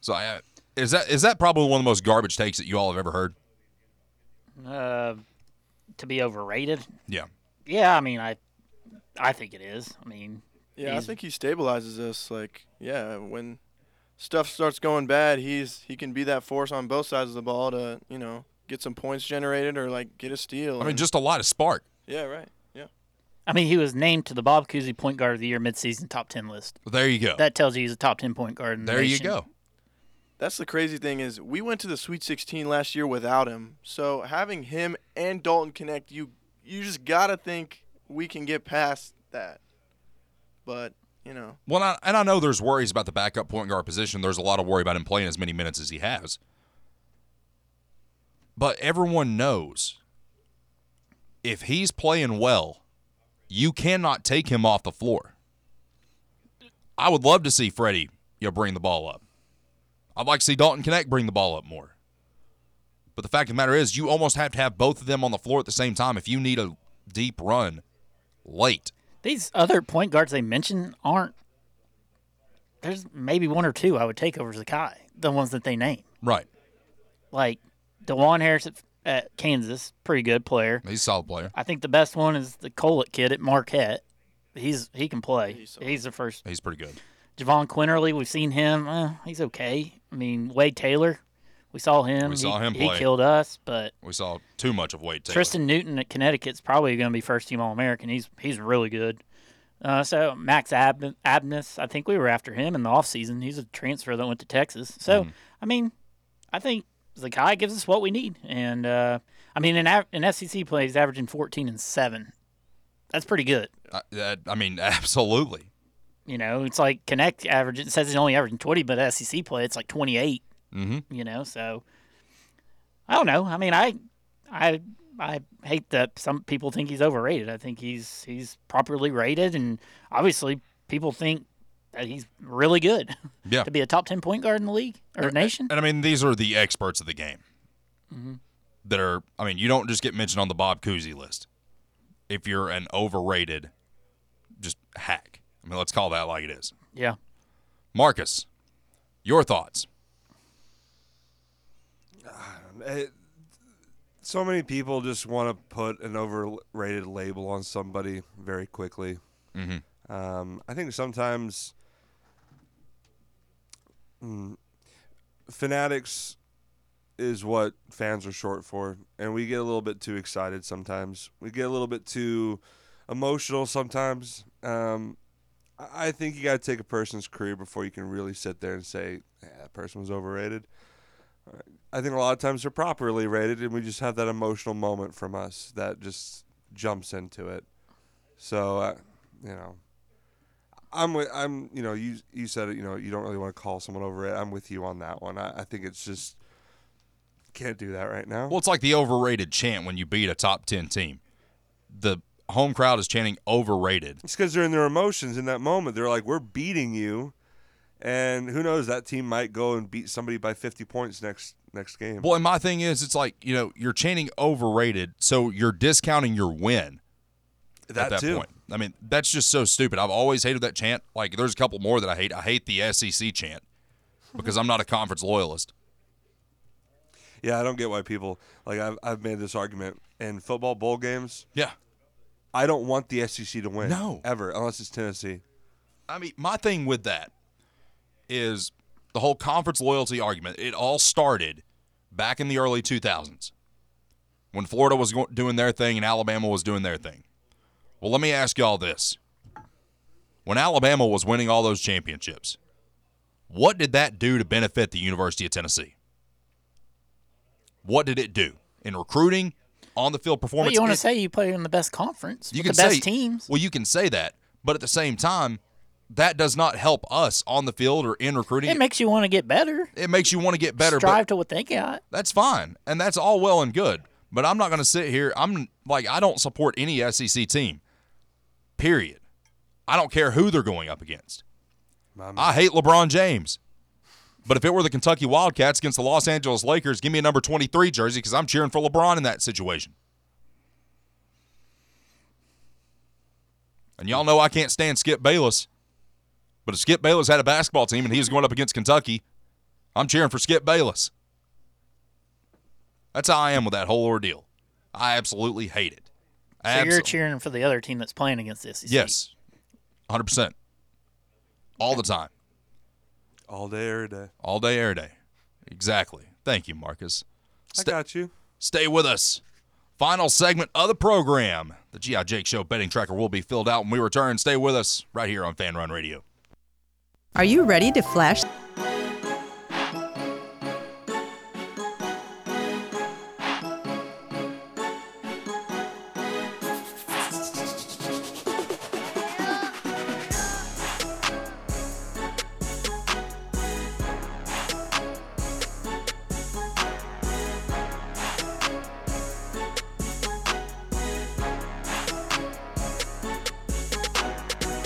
Speaker 1: So, I, is that is that probably one of the most garbage takes that you all have ever heard?
Speaker 2: Uh, to be overrated.
Speaker 1: Yeah.
Speaker 2: Yeah, I mean, I, I think it is. I mean,
Speaker 4: Yeah, I
Speaker 2: He's-
Speaker 4: think he stabilizes us. Like, yeah, when stuff starts going bad, he's he can be that force on both sides of the ball to you know get some points generated or like get a steal.
Speaker 1: I
Speaker 2: Mm.
Speaker 1: mean,
Speaker 4: and-
Speaker 1: just a lot of spark.
Speaker 4: yeah, right. Yeah,
Speaker 2: I mean, he was named to the Bob Cousy Point Guard of the Year midseason top ten list.
Speaker 1: There you go.
Speaker 2: That tells you he's a top ten point guard. In the
Speaker 1: there you
Speaker 2: nation.
Speaker 1: go.
Speaker 4: that's the crazy thing is we went to the Sweet 16 last year without him. So having him and Dalton connect, you you just gotta think we can get past that. But you know,
Speaker 1: Well, and I, and I know there's worries about the backup point guard position. There's a lot of worry about him playing as many minutes as he has. But everyone knows if he's playing well, you cannot take him off the floor. I would love to see Freddie you know, bring the ball up. I'd like to see Dalton Connect bring the ball up more. But the fact of the matter is, you almost have to have both of them on the floor at the same time if you need a deep run late.
Speaker 2: These other point guards they mention aren't. There's maybe one or two I would take over Zakai, the ones that they name.
Speaker 1: Right.
Speaker 2: Like Dewan Harris at, at Kansas, pretty good player.
Speaker 1: He's a solid player.
Speaker 2: I think the best one is the Colett kid at Marquette. He's he can play. He's, the first.
Speaker 1: He's pretty good.
Speaker 2: Javon Quinterly, we've seen him. Uh, he's okay. I mean Wade Taylor, we saw him.
Speaker 1: We
Speaker 2: He-
Speaker 1: saw him
Speaker 2: He
Speaker 1: play.
Speaker 2: killed us, but
Speaker 1: We saw too much of Wade Taylor.
Speaker 2: Tristan Newton at Connecticut's probably going to be first team All American. He's he's really good. Uh, so Max Ab- Abness, I think we were after him in the offseason. He's a transfer that went to Texas. So I mean, I think Zakai gives us what we need, and uh, I mean, in av- E in SEC plays averaging fourteen and seven. That's pretty good.
Speaker 1: I, that- I mean, [laughs] absolutely.
Speaker 2: You know, it's like Connect average. It says he's only averaging twenty, but SEC play it's like twenty eight.
Speaker 1: Mm-hmm.
Speaker 2: you know so i don't know i mean i i i hate that some people think he's overrated i think he's he's properly rated and obviously people think that he's really good
Speaker 1: Yeah.
Speaker 2: to be a top 10 point guard in the league or nation
Speaker 1: And I mean, these are the experts of the game that are. I mean, you don't just get mentioned on the Bob Cousy list if you're an overrated, just hack. I mean, let's call that like it is.
Speaker 2: yeah
Speaker 1: Marcus, your thoughts?
Speaker 3: It, Eh, so many people just want to put an overrated label on somebody very quickly. Um, I think sometimes mm, fanatics is what fans are short for, and we get a little bit too excited sometimes. We get a little bit too emotional sometimes. Um, I I think you got to take a person's career before you can really sit there and say yeah, that person was overrated. Uh, I think a lot of times they're properly rated, and we just have that emotional moment from us that just jumps into it. So, uh, you know, I'm with, I'm you know you you said it you know you don't really want to call someone overrated. I'm with you on that one. I, I think it's just can't do that right now.
Speaker 1: Well, it's like the overrated chant when you beat a top ten team. The home crowd is chanting overrated.
Speaker 3: It's because they're in their emotions in that moment. They're like, we're beating you, and who knows that team might go and beat somebody by 50 points next next game.
Speaker 1: Well, and my thing is, it's like you know, you're chanting overrated, so you're discounting your win. at that
Speaker 3: too.
Speaker 1: point. I mean, that's just so stupid. I've always hated that chant. Like, there's a couple more that I hate. I hate the SEC chant because I'm not a conference loyalist.
Speaker 3: Yeah, I don't get why people like I've I've made this argument in football bowl games.
Speaker 1: Yeah.
Speaker 3: I don't want the SEC to win.
Speaker 1: No.
Speaker 3: ever, unless it's Tennessee.
Speaker 1: I mean, my thing with that is the whole conference loyalty argument. It all started back in the early 2000s when Florida was go- doing their thing and Alabama was doing their thing. Well, let me ask y'all this. When Alabama was winning all those championships, what did that do to benefit the University of Tennessee? What did it do? in recruiting, on the field performance.
Speaker 2: But you want to
Speaker 1: It-
Speaker 2: say you play in the best conference,
Speaker 1: you
Speaker 2: with
Speaker 1: can
Speaker 2: the best
Speaker 1: say,
Speaker 2: teams.
Speaker 1: Well, you can say that, but at the same time, that does not help us on the field or in recruiting.
Speaker 2: It makes you want to get better.
Speaker 1: It makes you want to get better. But
Speaker 2: Strive to what they got.
Speaker 1: that's fine, and that's all well and good. But I'm not going to sit here. I'm like I don't support any SEC team. Period. I don't care who they're going up against.
Speaker 3: My man.
Speaker 1: I hate LeBron James. But if it were the Kentucky Wildcats against the Los Angeles Lakers, give me a number 23 jersey because I'm cheering for LeBron in that situation. And y'all know I can't stand Skip Bayless. But if Skip Bayless had a basketball team and he was going up against Kentucky, I'm cheering for Skip Bayless. That's how I am with that whole ordeal. I absolutely hate it.
Speaker 2: So you're
Speaker 1: Absolutely.
Speaker 2: cheering for the other team that's playing against the E SEC.
Speaker 1: Yes. 100%. All the time.
Speaker 3: all day, every day.
Speaker 1: All day, every day. Exactly. Thank you, Marcus.
Speaker 3: I
Speaker 1: Sta-
Speaker 3: got you.
Speaker 1: Stay with us. Final segment of the program. The G.I. Jake Show betting tracker will be filled out when we return. Stay with us right here on Fan Run Radio.
Speaker 6: Are you ready to flash?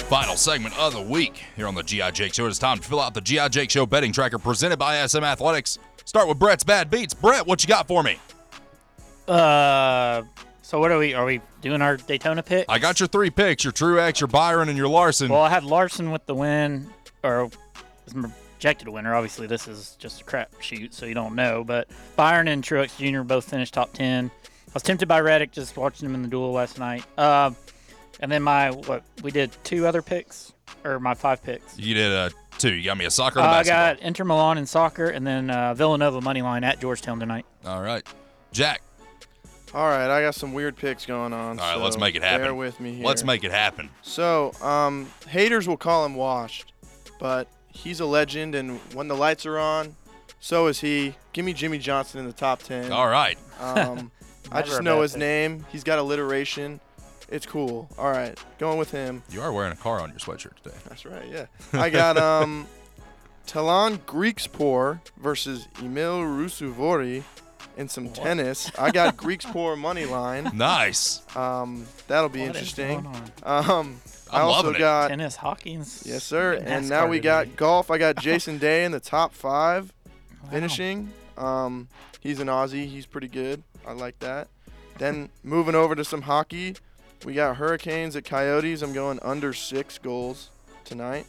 Speaker 1: Final segment of the week here on the G.I. Jake Show. It is time to fill out the G.I. Jake Show betting tracker presented by SM Athletics. Start with Brett's bad beats. Brett, what you got for me?
Speaker 2: Uh, so what are we? Are we doing our Daytona pick?
Speaker 1: I got your three picks your Truex, your Byron, and your Larson.
Speaker 2: Well, I had Larson with the win, or was my projected winner. Obviously, this is just a crap shoot, so you don't know. But Byron and Truex Jr. both finished top ten. I was tempted by Reddick just watching him in the duel last night. Uh, and then my what we did two other picks, or my five picks.
Speaker 1: you did uh, two. You got me a soccer and a
Speaker 2: I
Speaker 1: basketball.
Speaker 2: got Inter Milan in soccer, and then uh, Villanova money line at Georgetown tonight.
Speaker 1: All right. Jack,
Speaker 4: All right, I got some weird picks going on.
Speaker 1: All right, let's
Speaker 4: so
Speaker 1: make it happen.
Speaker 4: Bear with me here.
Speaker 1: let's make it happen.
Speaker 4: So, um, haters will call him washed, but he's a legend, and when the lights are on, so is he. Give me Jimmy Johnson in the top ten.
Speaker 1: All right.
Speaker 4: Um,
Speaker 2: [laughs]
Speaker 4: I
Speaker 2: Never
Speaker 4: just
Speaker 2: a
Speaker 4: know
Speaker 2: bad
Speaker 4: his
Speaker 2: pick.
Speaker 4: name. He's got alliteration. It's cool. All right, going with him.
Speaker 1: You are wearing a car on your sweatshirt today.
Speaker 4: That's right. Yeah, I
Speaker 2: [laughs]
Speaker 4: got um, Talon Greekspor versus Emil Rusuvori in some tennis. I got Greekspor
Speaker 2: [laughs]
Speaker 4: money line.
Speaker 1: Nice.
Speaker 4: Um, that'll be
Speaker 2: What is
Speaker 4: interesting.
Speaker 2: going on?
Speaker 4: Um, I
Speaker 1: I'm
Speaker 4: also
Speaker 1: loving it.
Speaker 4: got
Speaker 2: Tennis, hockey, and s-
Speaker 4: Yes, sir. And
Speaker 2: NASCAR
Speaker 4: now we got
Speaker 2: today.
Speaker 4: golf. I [laughs] got Jason Day in the top five, finishing. Um, he's an Aussie. He's pretty good. I like that. Then moving over to some hockey, we got Hurricanes at Coyotes. I'm going under six goals tonight.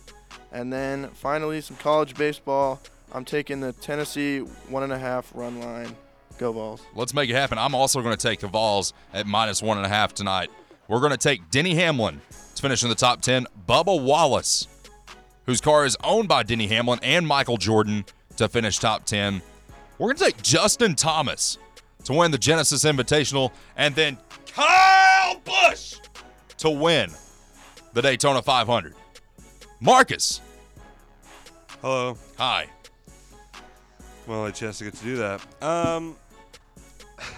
Speaker 4: And then finally, some college baseball. I'm taking the Tennessee one and a half run line. Go balls.
Speaker 1: Let's make it happen. I'm also going to take the Vols at minus one and a half tonight. We're going to take Denny Hamlin to finish in the top 10. Bubba Wallace, whose car is owned by Denny Hamlin and Michael Jordan, to finish top 10. We're going to take Justin Thomas to win the Genesis Invitational and then Kyle Busch to win the Daytona 500. Marcus,
Speaker 3: Hello.
Speaker 1: hi.
Speaker 3: Well, I chance to get to do that. Um, [laughs]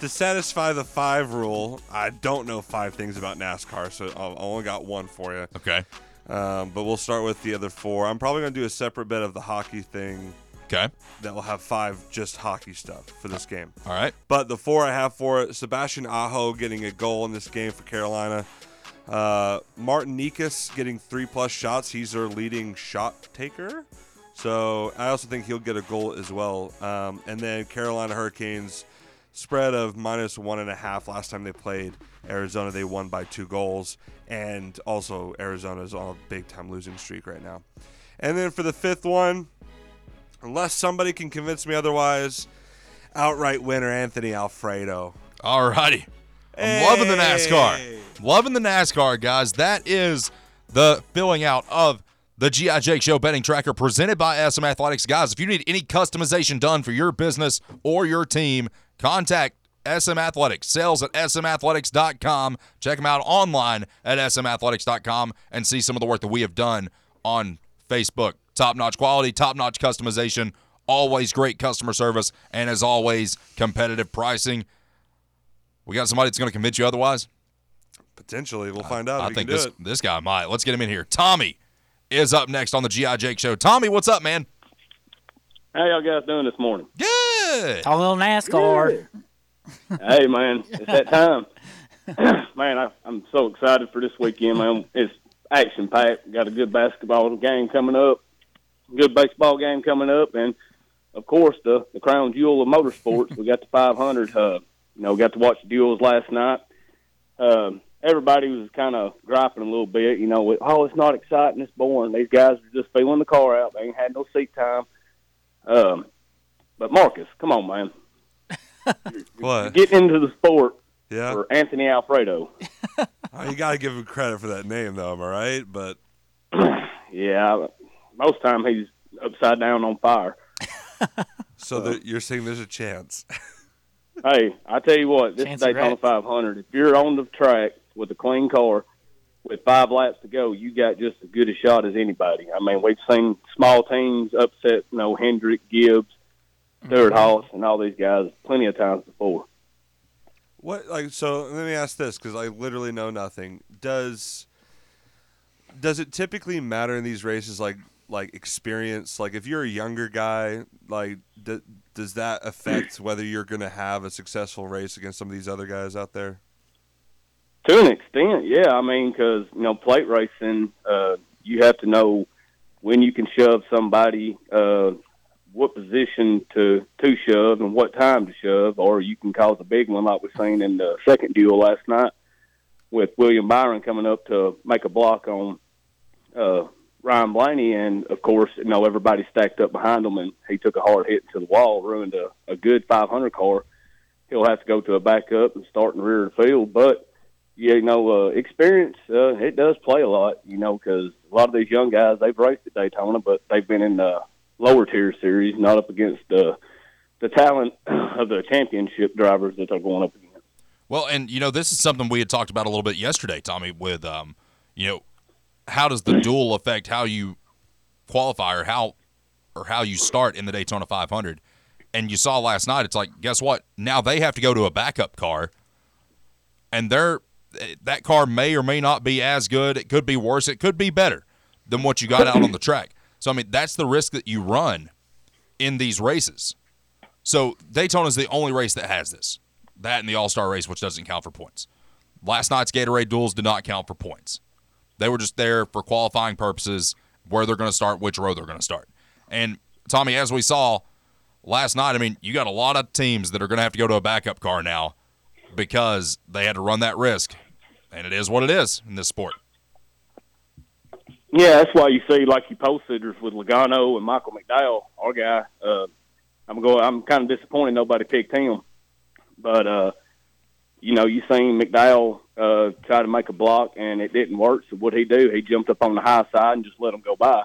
Speaker 3: to satisfy the five rule, I don't know five things about NASCAR, so I I only got one for you.
Speaker 1: Okay.
Speaker 3: Um, but we'll start with the other four. I'm probably going to do a separate bet of the hockey thing
Speaker 1: Okay.
Speaker 3: that will have five just hockey stuff for this game.
Speaker 1: All right.
Speaker 3: But the four I have for it Sebastian Aho getting a goal in this game for Carolina. Uh, Martin Nikas getting three plus shots. He's their leading shot taker. So I also think he'll get a goal as well. Um, and then Carolina Hurricanes spread of minus one and a half last time they played Arizona. They won by two goals. And also, Arizona's on a big time losing streak right now. And then for the fifth one, unless somebody can convince me otherwise, outright winner Anthony Alfredo.
Speaker 1: All righty. I'm loving the
Speaker 3: Hey.
Speaker 1: NASCAR. Loving the NASCAR, guys. That is the filling out of the G.I. Jake Show betting tracker presented by SM Athletics. Guys, if you need any customization done for your business or your team, contact SM Athletics, sales at smathletics.com. Check them out online at smathletics.com and see some of the work that we have done on Facebook. Top notch quality, top notch customization, Always great customer service, and as always, competitive pricing. We got somebody that's going to convince you otherwise.
Speaker 3: Potentially, we'll find out.
Speaker 1: I
Speaker 3: if Oh, he
Speaker 1: think
Speaker 3: can do
Speaker 1: this
Speaker 3: it.
Speaker 1: this guy might. Let's get him in here. Tommy is up next on the GI Jake Show. Tommy, what's up, man?
Speaker 7: How y'all guys doing this morning?
Speaker 1: Good.
Speaker 2: Talking a little NASCAR.
Speaker 7: hey, man, it's that time. man, I, I'm so excited for this weekend, man. It's action packed. Got a good basketball game coming up, good baseball game coming up, and of course the the crown jewel of motorsports. we got the 500 hub. You know, got to watch the duels last night. Um, everybody was kind of griping a little bit. You know, with, oh, it's not exciting, it's boring. These guys are just feeling the car out. They ain't had no seat time. Um, but Marcus, come on, man.
Speaker 3: What?
Speaker 7: Getting into the sport
Speaker 3: Yeah. [laughs]
Speaker 7: for Anthony Alfredo.
Speaker 3: Oh, you got to give him credit for that name, though. Am I right? But
Speaker 7: Yeah, most time he's upside down on fire.
Speaker 3: so that you're saying there's a chance. [laughs]
Speaker 7: Hey, I tell you what, this
Speaker 2: Chance of
Speaker 7: Daytona
Speaker 2: rats.
Speaker 7: 500. If you're on the track with a clean car, with five laps to go, you got just as good a shot as anybody. I mean, we've seen small teams upset, you know, Hendrick, Gibbs,
Speaker 2: Mm-hmm.
Speaker 7: Stewart Haas, and all these guys plenty of times before.
Speaker 3: What like so? Let me ask this because I literally know nothing. Does does it typically matter in these races like like experience? Like if you're a younger guy, like d- does that affect whether you're going to have a successful race against some of these other guys out there?
Speaker 7: To an extent, yeah. I mean, because you know, plate racing, uh, you have to know when you can shove somebody, uh, what position to to shove, and what time to shove, or you can cause a big one, like we seen in the second duel last night with William Byron coming up to make a block on uh, Ryan Blaney, and of course, you know everybody stacked up behind him, and he took a hard hit to the wall, ruined a, a good 500 car. He'll have to go to a backup and start in the rear of the field, but you know, uh, experience uh, it does play a lot. You know, because a lot of these young guys they've raced at Daytona, but they've been in the lower tier series, not up against the the talent [clears throat] of the championship drivers that they're going up against.
Speaker 1: Well, and you know, this is something we had talked about a little bit yesterday, Tommy, with um, you know, how does the duel affect how you qualify or how or how you start in the Daytona 500? And you saw last night, it's like, guess what? Now they have to go to a backup car, and they're eh, that car may or may not be as good. It could be worse. It could be better than what you got out on the track. So I mean, that's the risk that you run in these races. So Daytona is the only race that has this. That and the All Star race, which doesn't count for points. Last night's Gatorade duels did not count for points. They were just there for qualifying purposes, where they're going to start, which row they're going to start. And Tommy, as we saw last night, I mean, you got a lot of teams that are going to have to go to a backup car now because they had to run that risk. And it is what it is in this sport.
Speaker 7: Yeah, that's why you see, like you posted with Logano and Michael McDowell, our guy. Uh, I'm going. I'm kind of disappointed nobody picked him, but uh, you know, you seen McDowell uh, try to make a block and it didn't work. So what he do? He jumped up on the high side and just let him go by.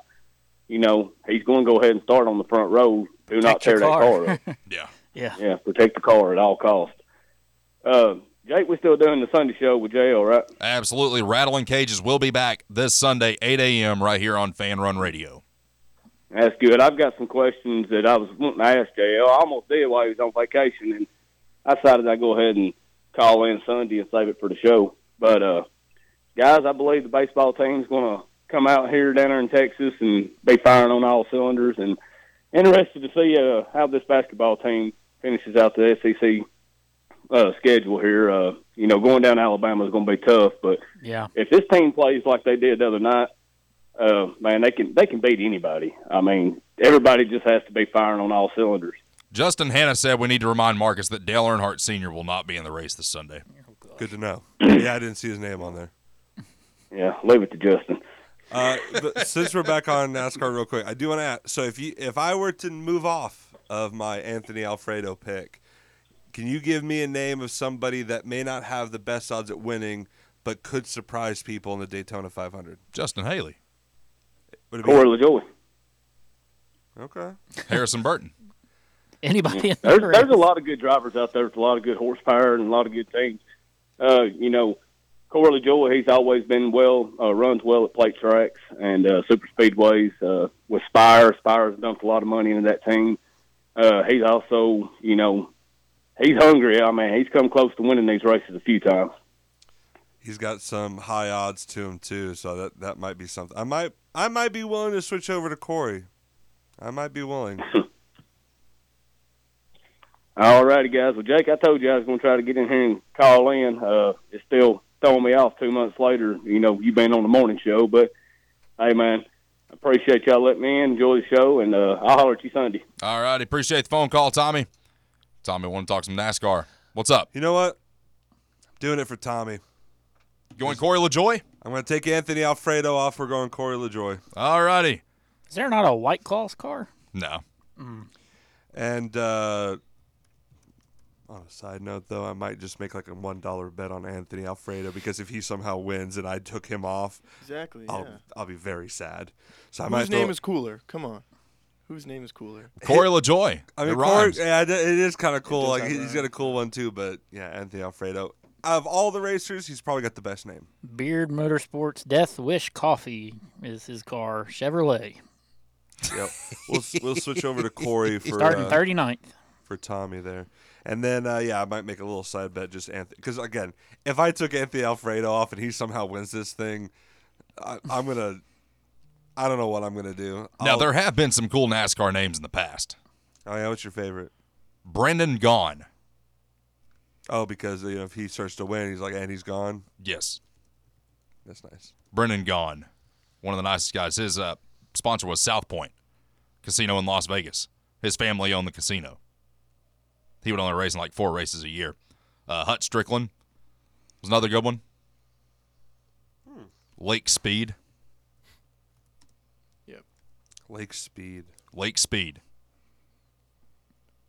Speaker 7: You know, he's going to go ahead and start on the front row. Do not
Speaker 2: Protect your
Speaker 7: tear that
Speaker 2: car. [laughs]
Speaker 7: car up.
Speaker 1: Yeah.
Speaker 2: Yeah.
Speaker 7: yeah, protect the car at all costs. Uh, Jake, we're still doing the Sunday show with JL, right?
Speaker 1: Absolutely. Rattling Cages will be back this Sunday, 8 a.m., right here on Fan Run Radio.
Speaker 7: That's good. I've got some questions that I was wanting to ask JL. I almost did while he was on vacation, and I decided I'd go ahead and call in Sunday and save it for the show. But, uh, guys, I believe the baseball team's going to come out here down there in Texas and be firing on all cylinders. And interested to see uh, how this basketball team finishes out the SEC uh, schedule here. Uh, you know, going down to Alabama is going to be tough, but
Speaker 2: Yeah.
Speaker 7: if this team plays like they did the other night, uh, man, they can they can beat anybody. I mean, everybody just has to be firing on all cylinders.
Speaker 1: Justin Hanna said we need to remind Marcus that Dale Earnhardt Sr. will not be in the race this Sunday.
Speaker 3: Good to know. yeah, I didn't see his name on there.
Speaker 7: Yeah, leave it to Justin.
Speaker 3: Uh, but since we're back on NASCAR real quick, I do want to ask. So if you if I were to move off of my Anthony Alfredo pick, can you give me a name of somebody that may not have the best odds at winning, but could surprise people in the Daytona 500?
Speaker 1: Justin Haley,
Speaker 3: Would it be-
Speaker 7: Corey LaJoy.
Speaker 3: Okay.
Speaker 1: Harrison
Speaker 3: [laughs]
Speaker 1: Burton.
Speaker 2: Anybody in the
Speaker 7: There's
Speaker 2: race?
Speaker 7: there's a lot of good drivers out there with a lot of good horsepower and a lot of good things. Uh, you know, Corley Joy, he's always been well uh, runs well at plate tracks and uh, super speedways. Uh, with Spire, Spire's dumped a lot of money into that team. Uh, he's also, you know, he's hungry. I mean, he's come close to winning these races a few times.
Speaker 3: He's got some high odds to him too, so that that might be something. I might I might be willing to switch over to Corey. I might be willing.
Speaker 7: All righty, guys. Well, Jake, I told you I was going to try to get in here and call in. Uh, it's still throwing me off two months later. You know, you been on the morning show, but hey, man, I appreciate y'all letting me in. Enjoy the show, and uh, I'll holler at you Sunday.
Speaker 1: All right, appreciate the phone call, Tommy. Tommy, want to talk some NASCAR? What's up?
Speaker 3: you know what? I'm doing it for Tommy.
Speaker 1: Going Corey LaJoy?
Speaker 3: I'm going to take Anthony Alfredo off. We're going Corey LaJoy.
Speaker 1: All righty.
Speaker 2: Is there not a White Claws car?
Speaker 1: No.
Speaker 3: And uh, on a side note, though, I might just make like a one dollar bet on Anthony Alfredo because if he somehow wins and I took him off,
Speaker 4: Exactly.
Speaker 3: I'll
Speaker 4: yeah.
Speaker 3: I'll be very sad. So Oh, I might.
Speaker 4: Whose name
Speaker 3: throw-
Speaker 4: is cooler? Come on. Whose name is cooler?
Speaker 1: Corey LaJoy.
Speaker 3: I
Speaker 1: It
Speaker 3: mean, Corey, uh,
Speaker 1: rhymes.
Speaker 3: yeah, it it is kind of cool.
Speaker 4: does
Speaker 3: Like
Speaker 4: have
Speaker 3: he's
Speaker 4: rhyme.
Speaker 3: got a cool one too, but yeah, Anthony Alfredo. Out of all the racers, he's probably got the best name.
Speaker 2: Beard Motorsports Death Wish Coffee is his car. Chevrolet.
Speaker 3: Yep. we'll s- we'll switch over to Corey for
Speaker 2: Starting
Speaker 3: uh,
Speaker 2: 39th.
Speaker 3: for Tommy there. And then, uh, yeah, I might make a little side bet just Anthony. Because, again, if I took Anthony Alfredo off and he somehow wins this thing, I, I'm going to. I don't know what I'm going to do.
Speaker 1: Now,
Speaker 3: I'll-
Speaker 1: there have been some cool NASCAR names in the past.
Speaker 3: Oh, yeah, what's your favorite?
Speaker 1: Brendan Gone.
Speaker 3: Oh, because you know, if he starts to win, he's like, and he's gone.
Speaker 1: Yes.
Speaker 3: That's nice.
Speaker 1: Brendan Gone. One of the nicest guys. His uh, sponsor was South Point Casino in Las Vegas. His family owned the casino. He would only race in like four races a year. Uh, Hut Strickland was another good one.
Speaker 3: Hmm.
Speaker 1: Lake Speed.
Speaker 3: Lake Speed.
Speaker 1: Lake Speed.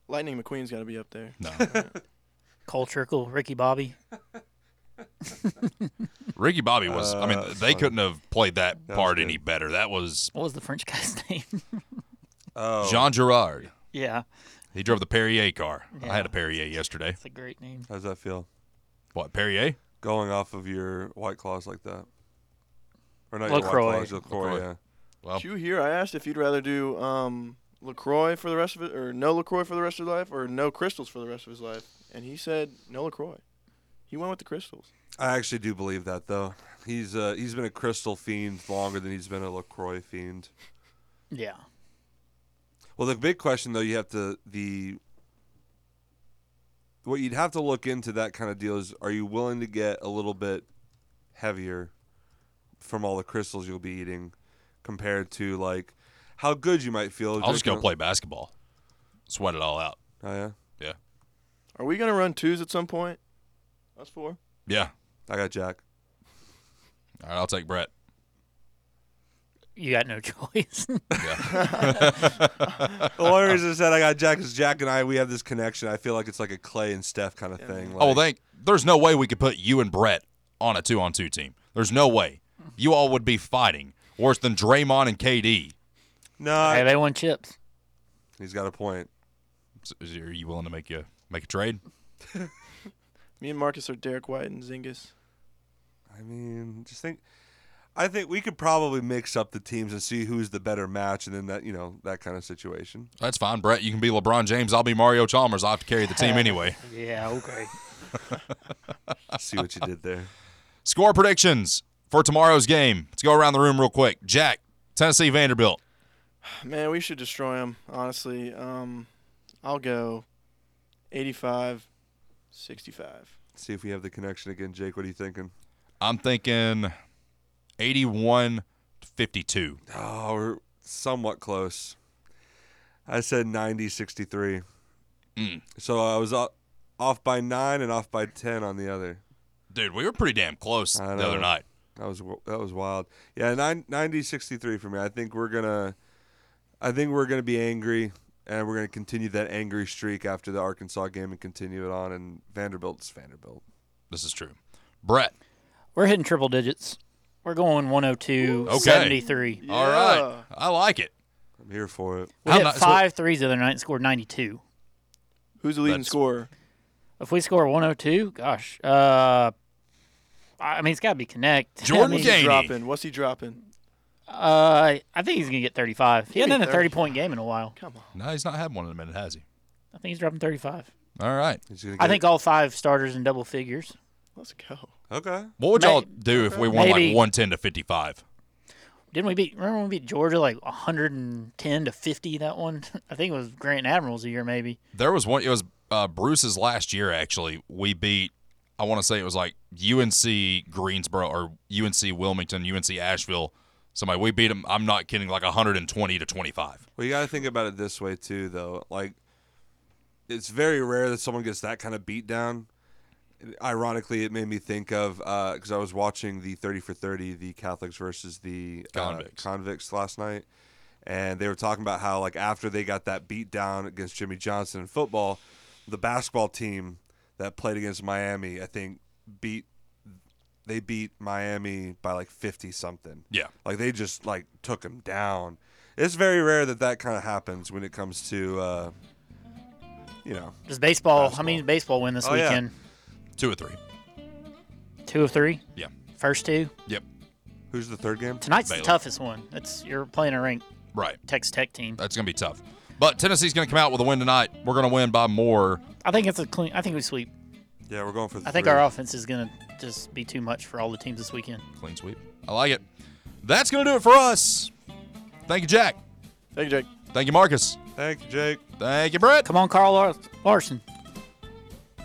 Speaker 4: Lightning McQueen's got to be up there.
Speaker 1: No.
Speaker 2: Cole Trickle, Ricky Bobby.
Speaker 1: Ricky Bobby was. I mean,
Speaker 3: Uh,
Speaker 1: they
Speaker 3: funny.
Speaker 1: couldn't have played that,
Speaker 3: That was
Speaker 1: part
Speaker 3: good.
Speaker 1: any better. That was
Speaker 2: What was the French [laughs] guy's name?
Speaker 3: Oh,
Speaker 1: Jean Girard.
Speaker 2: yeah,
Speaker 1: He drove the Perrier car. I had
Speaker 2: Yeah.
Speaker 1: a Perrier yesterday.
Speaker 2: it's a great name.
Speaker 3: how does that feel?
Speaker 1: What Perrier?
Speaker 3: Going off of your white claws like that, or not your
Speaker 2: LaCroix.
Speaker 3: white claws, LaCroix,
Speaker 1: LaCroix.
Speaker 3: Yeah.
Speaker 1: Well-
Speaker 4: Did you hear? I asked if you'd rather do um, Lacroix for the rest of it, or no Lacroix for the rest of his life, or no crystals for the rest of his life, and he said no Lacroix. He went with the crystals.
Speaker 3: I actually do believe that though. He's uh, he's been a crystal fiend longer than he's been a Lacroix fiend.
Speaker 2: Yeah,
Speaker 3: Well, the big question though, you have to the what you'd have to look into that kind of deal is: Are you willing to get a little bit heavier from all the crystals you'll be eating compared to like how good you might feel?
Speaker 1: I'll just go
Speaker 3: drinking
Speaker 1: play basketball. Sweat it all out.
Speaker 3: a- Oh yeah,
Speaker 1: Yeah.
Speaker 4: Are we gonna run twos at some point? Us four.
Speaker 1: Yeah.
Speaker 3: I got Jack.
Speaker 1: All right, I'll take Brett.
Speaker 2: you got no [laughs] choice.
Speaker 3: The
Speaker 1: [laughs]
Speaker 3: only reason I said I got Jack is Jack and I we have this connection. I feel like it's like a Clay and Steph kind of thing.
Speaker 1: Oh,
Speaker 3: Like,
Speaker 1: well, thank. There's no way we could put you and Brett on a two-on-two team. There's no way. You all would be fighting worse than Draymond and KD.
Speaker 3: no,
Speaker 2: hey, they won chips.
Speaker 3: he's got a point.
Speaker 1: So, is- are you willing to make a make a trade?
Speaker 4: Me and Marcus are Derek White and Zingas. [sighs]
Speaker 3: I mean, just think. I think we could probably mix up the teams and see who's the better match, and then that you know that kind of situation.
Speaker 1: That's fine, Brett. You can be LeBron James. I'll be Mario Chalmers. I have to carry the
Speaker 3: [laughs]
Speaker 1: team anyway.
Speaker 2: Yeah, okay.
Speaker 3: see what you did there.
Speaker 1: Score predictions for tomorrow's game. Let's go around the room real quick. Jack, Tennessee Vanderbilt.
Speaker 4: Man, we should destroy him. Honestly, um, I'll go 85, 65.
Speaker 3: See if we have the connection again, Jake. What are you thinking?
Speaker 1: I'm thinking 81 to 52.
Speaker 3: Oh, we're somewhat close. I said 90 63. So I was o- off by nine and off by 10 on the other.
Speaker 1: Dude, we were pretty damn close the
Speaker 3: I
Speaker 1: other
Speaker 3: know.
Speaker 1: night.
Speaker 3: That was wi- that was wild. Yeah, nine, 90 63 for me. I think we're gonna, I think we're gonna be angry, and we're gonna continue that angry streak after the Arkansas game and continue it on. And Vanderbilt's Vanderbilt.
Speaker 1: This is true. Brett.
Speaker 2: We're hitting triple digits. We're going 102,
Speaker 1: Okay.
Speaker 2: 73.
Speaker 1: All right.
Speaker 4: Yeah.
Speaker 1: I like it.
Speaker 3: I'm here for it.
Speaker 2: We
Speaker 1: How
Speaker 2: hit
Speaker 1: nice-
Speaker 2: five threes the other night and scored 92.
Speaker 4: Who's the leading
Speaker 1: That's-
Speaker 4: scorer?
Speaker 2: If we score 102, gosh, uh, [laughs] I I mean, it's got to be connect. I
Speaker 1: Jordan
Speaker 2: mean,
Speaker 1: Gainey.
Speaker 4: Dropping. What's he dropping?
Speaker 2: Uh, I think he's gonna get 35. He hasn't
Speaker 4: need
Speaker 2: had a
Speaker 4: 30.
Speaker 2: 30 point game in a while.
Speaker 4: Come on.
Speaker 1: No, he's not had one in a minute, has he?
Speaker 2: I think he's dropping 35.
Speaker 1: All right.
Speaker 3: He's gonna
Speaker 2: I
Speaker 3: get-
Speaker 2: think all five starters in double figures.
Speaker 4: Let's go.
Speaker 3: Okay.
Speaker 1: What would
Speaker 2: May-
Speaker 1: y'all do if we won
Speaker 2: Maybe.
Speaker 1: like 110 to 55?
Speaker 2: Didn't we beat? Remember when we beat Georgia like 110 to 50? That one. [laughs] I think it was Grant Admirals a year maybe.
Speaker 1: There was one. It was uh, Bruce's last year, actually. We beat, I want to say it was like UNC Greensboro or UNC Wilmington, UNC Asheville. Somebody, we beat them. I'm not kidding, like 120 to 25.
Speaker 3: Well, you got to think about it this way too, though. Like, it's very rare that someone gets that kind of beat down. Ironically, it made me think of because I was watching the Thirty for Thirty, the Catholics versus the uh,
Speaker 1: Convicts.
Speaker 3: convicts last night, and they were talking about how like after they got that beat down against Jimmy Johnson in football, the basketball team that played against Miami, I think, beat they beat Miami by like fifty something.
Speaker 1: Yeah.
Speaker 3: Like they just like took him down. It's very rare that that kind of happens when it comes to, uh, you know,
Speaker 2: Does baseball?
Speaker 3: Baseball.
Speaker 2: I mean, baseball win this
Speaker 3: Oh, yeah.
Speaker 2: weekend.
Speaker 1: Two or three.
Speaker 2: Two of three.
Speaker 1: Yeah.
Speaker 2: First two.
Speaker 1: Yep.
Speaker 3: who's the third game?
Speaker 2: Tonight's
Speaker 1: Baylor.
Speaker 2: the toughest one. That's you're playing a ranked
Speaker 1: Right.
Speaker 2: Texas Tech team.
Speaker 1: That's going to be tough. But Tennessee's going to come out with a win tonight. We're going to win by more.
Speaker 2: I think it's a clean. I think we sweep.
Speaker 3: Yeah, we're going for. The
Speaker 2: I think
Speaker 3: three.
Speaker 2: our offense is gonna just be too much for all the teams this weekend.
Speaker 1: Clean sweep. I like it. That's going to do it for us. Thank you, Jack.
Speaker 4: Thank you, Jake.
Speaker 1: Thank you, Marcus.
Speaker 3: Thank you, Jake.
Speaker 1: Thank you, Brett.
Speaker 2: Come on, Carl Lar- Larson.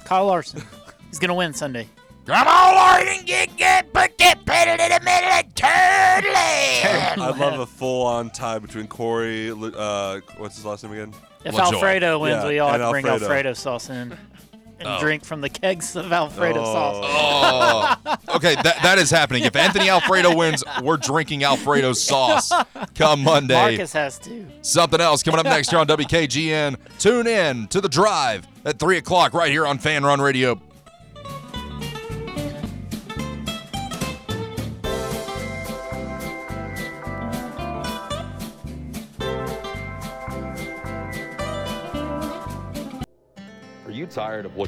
Speaker 2: Kyle
Speaker 3: [laughs]
Speaker 2: Larson. He's gonna win Sunday.
Speaker 1: Come on, Oregon, get good, but get pitted in a minute and turn left.
Speaker 3: I'd love a full-on tie between Corey. Uh, what's his last name again?
Speaker 2: If
Speaker 1: Well, enjoy.
Speaker 2: Alfredo wins,
Speaker 3: Yeah,
Speaker 2: we all have
Speaker 3: and
Speaker 2: to bring
Speaker 3: Alfredo.
Speaker 2: Alfredo sauce in and
Speaker 1: Oh.
Speaker 2: drink from the kegs of Alfredo sauce.
Speaker 1: Oh, [laughs] okay, that, that is happening. If Anthony Alfredo wins, we're drinking Alfredo's [laughs] sauce come Monday.
Speaker 2: Marcus has to.
Speaker 1: Something else coming up next here on WKGN. Tune in to The Drive at 3 o'clock right here on Fan Run Radio.
Speaker 8: Are you tired of what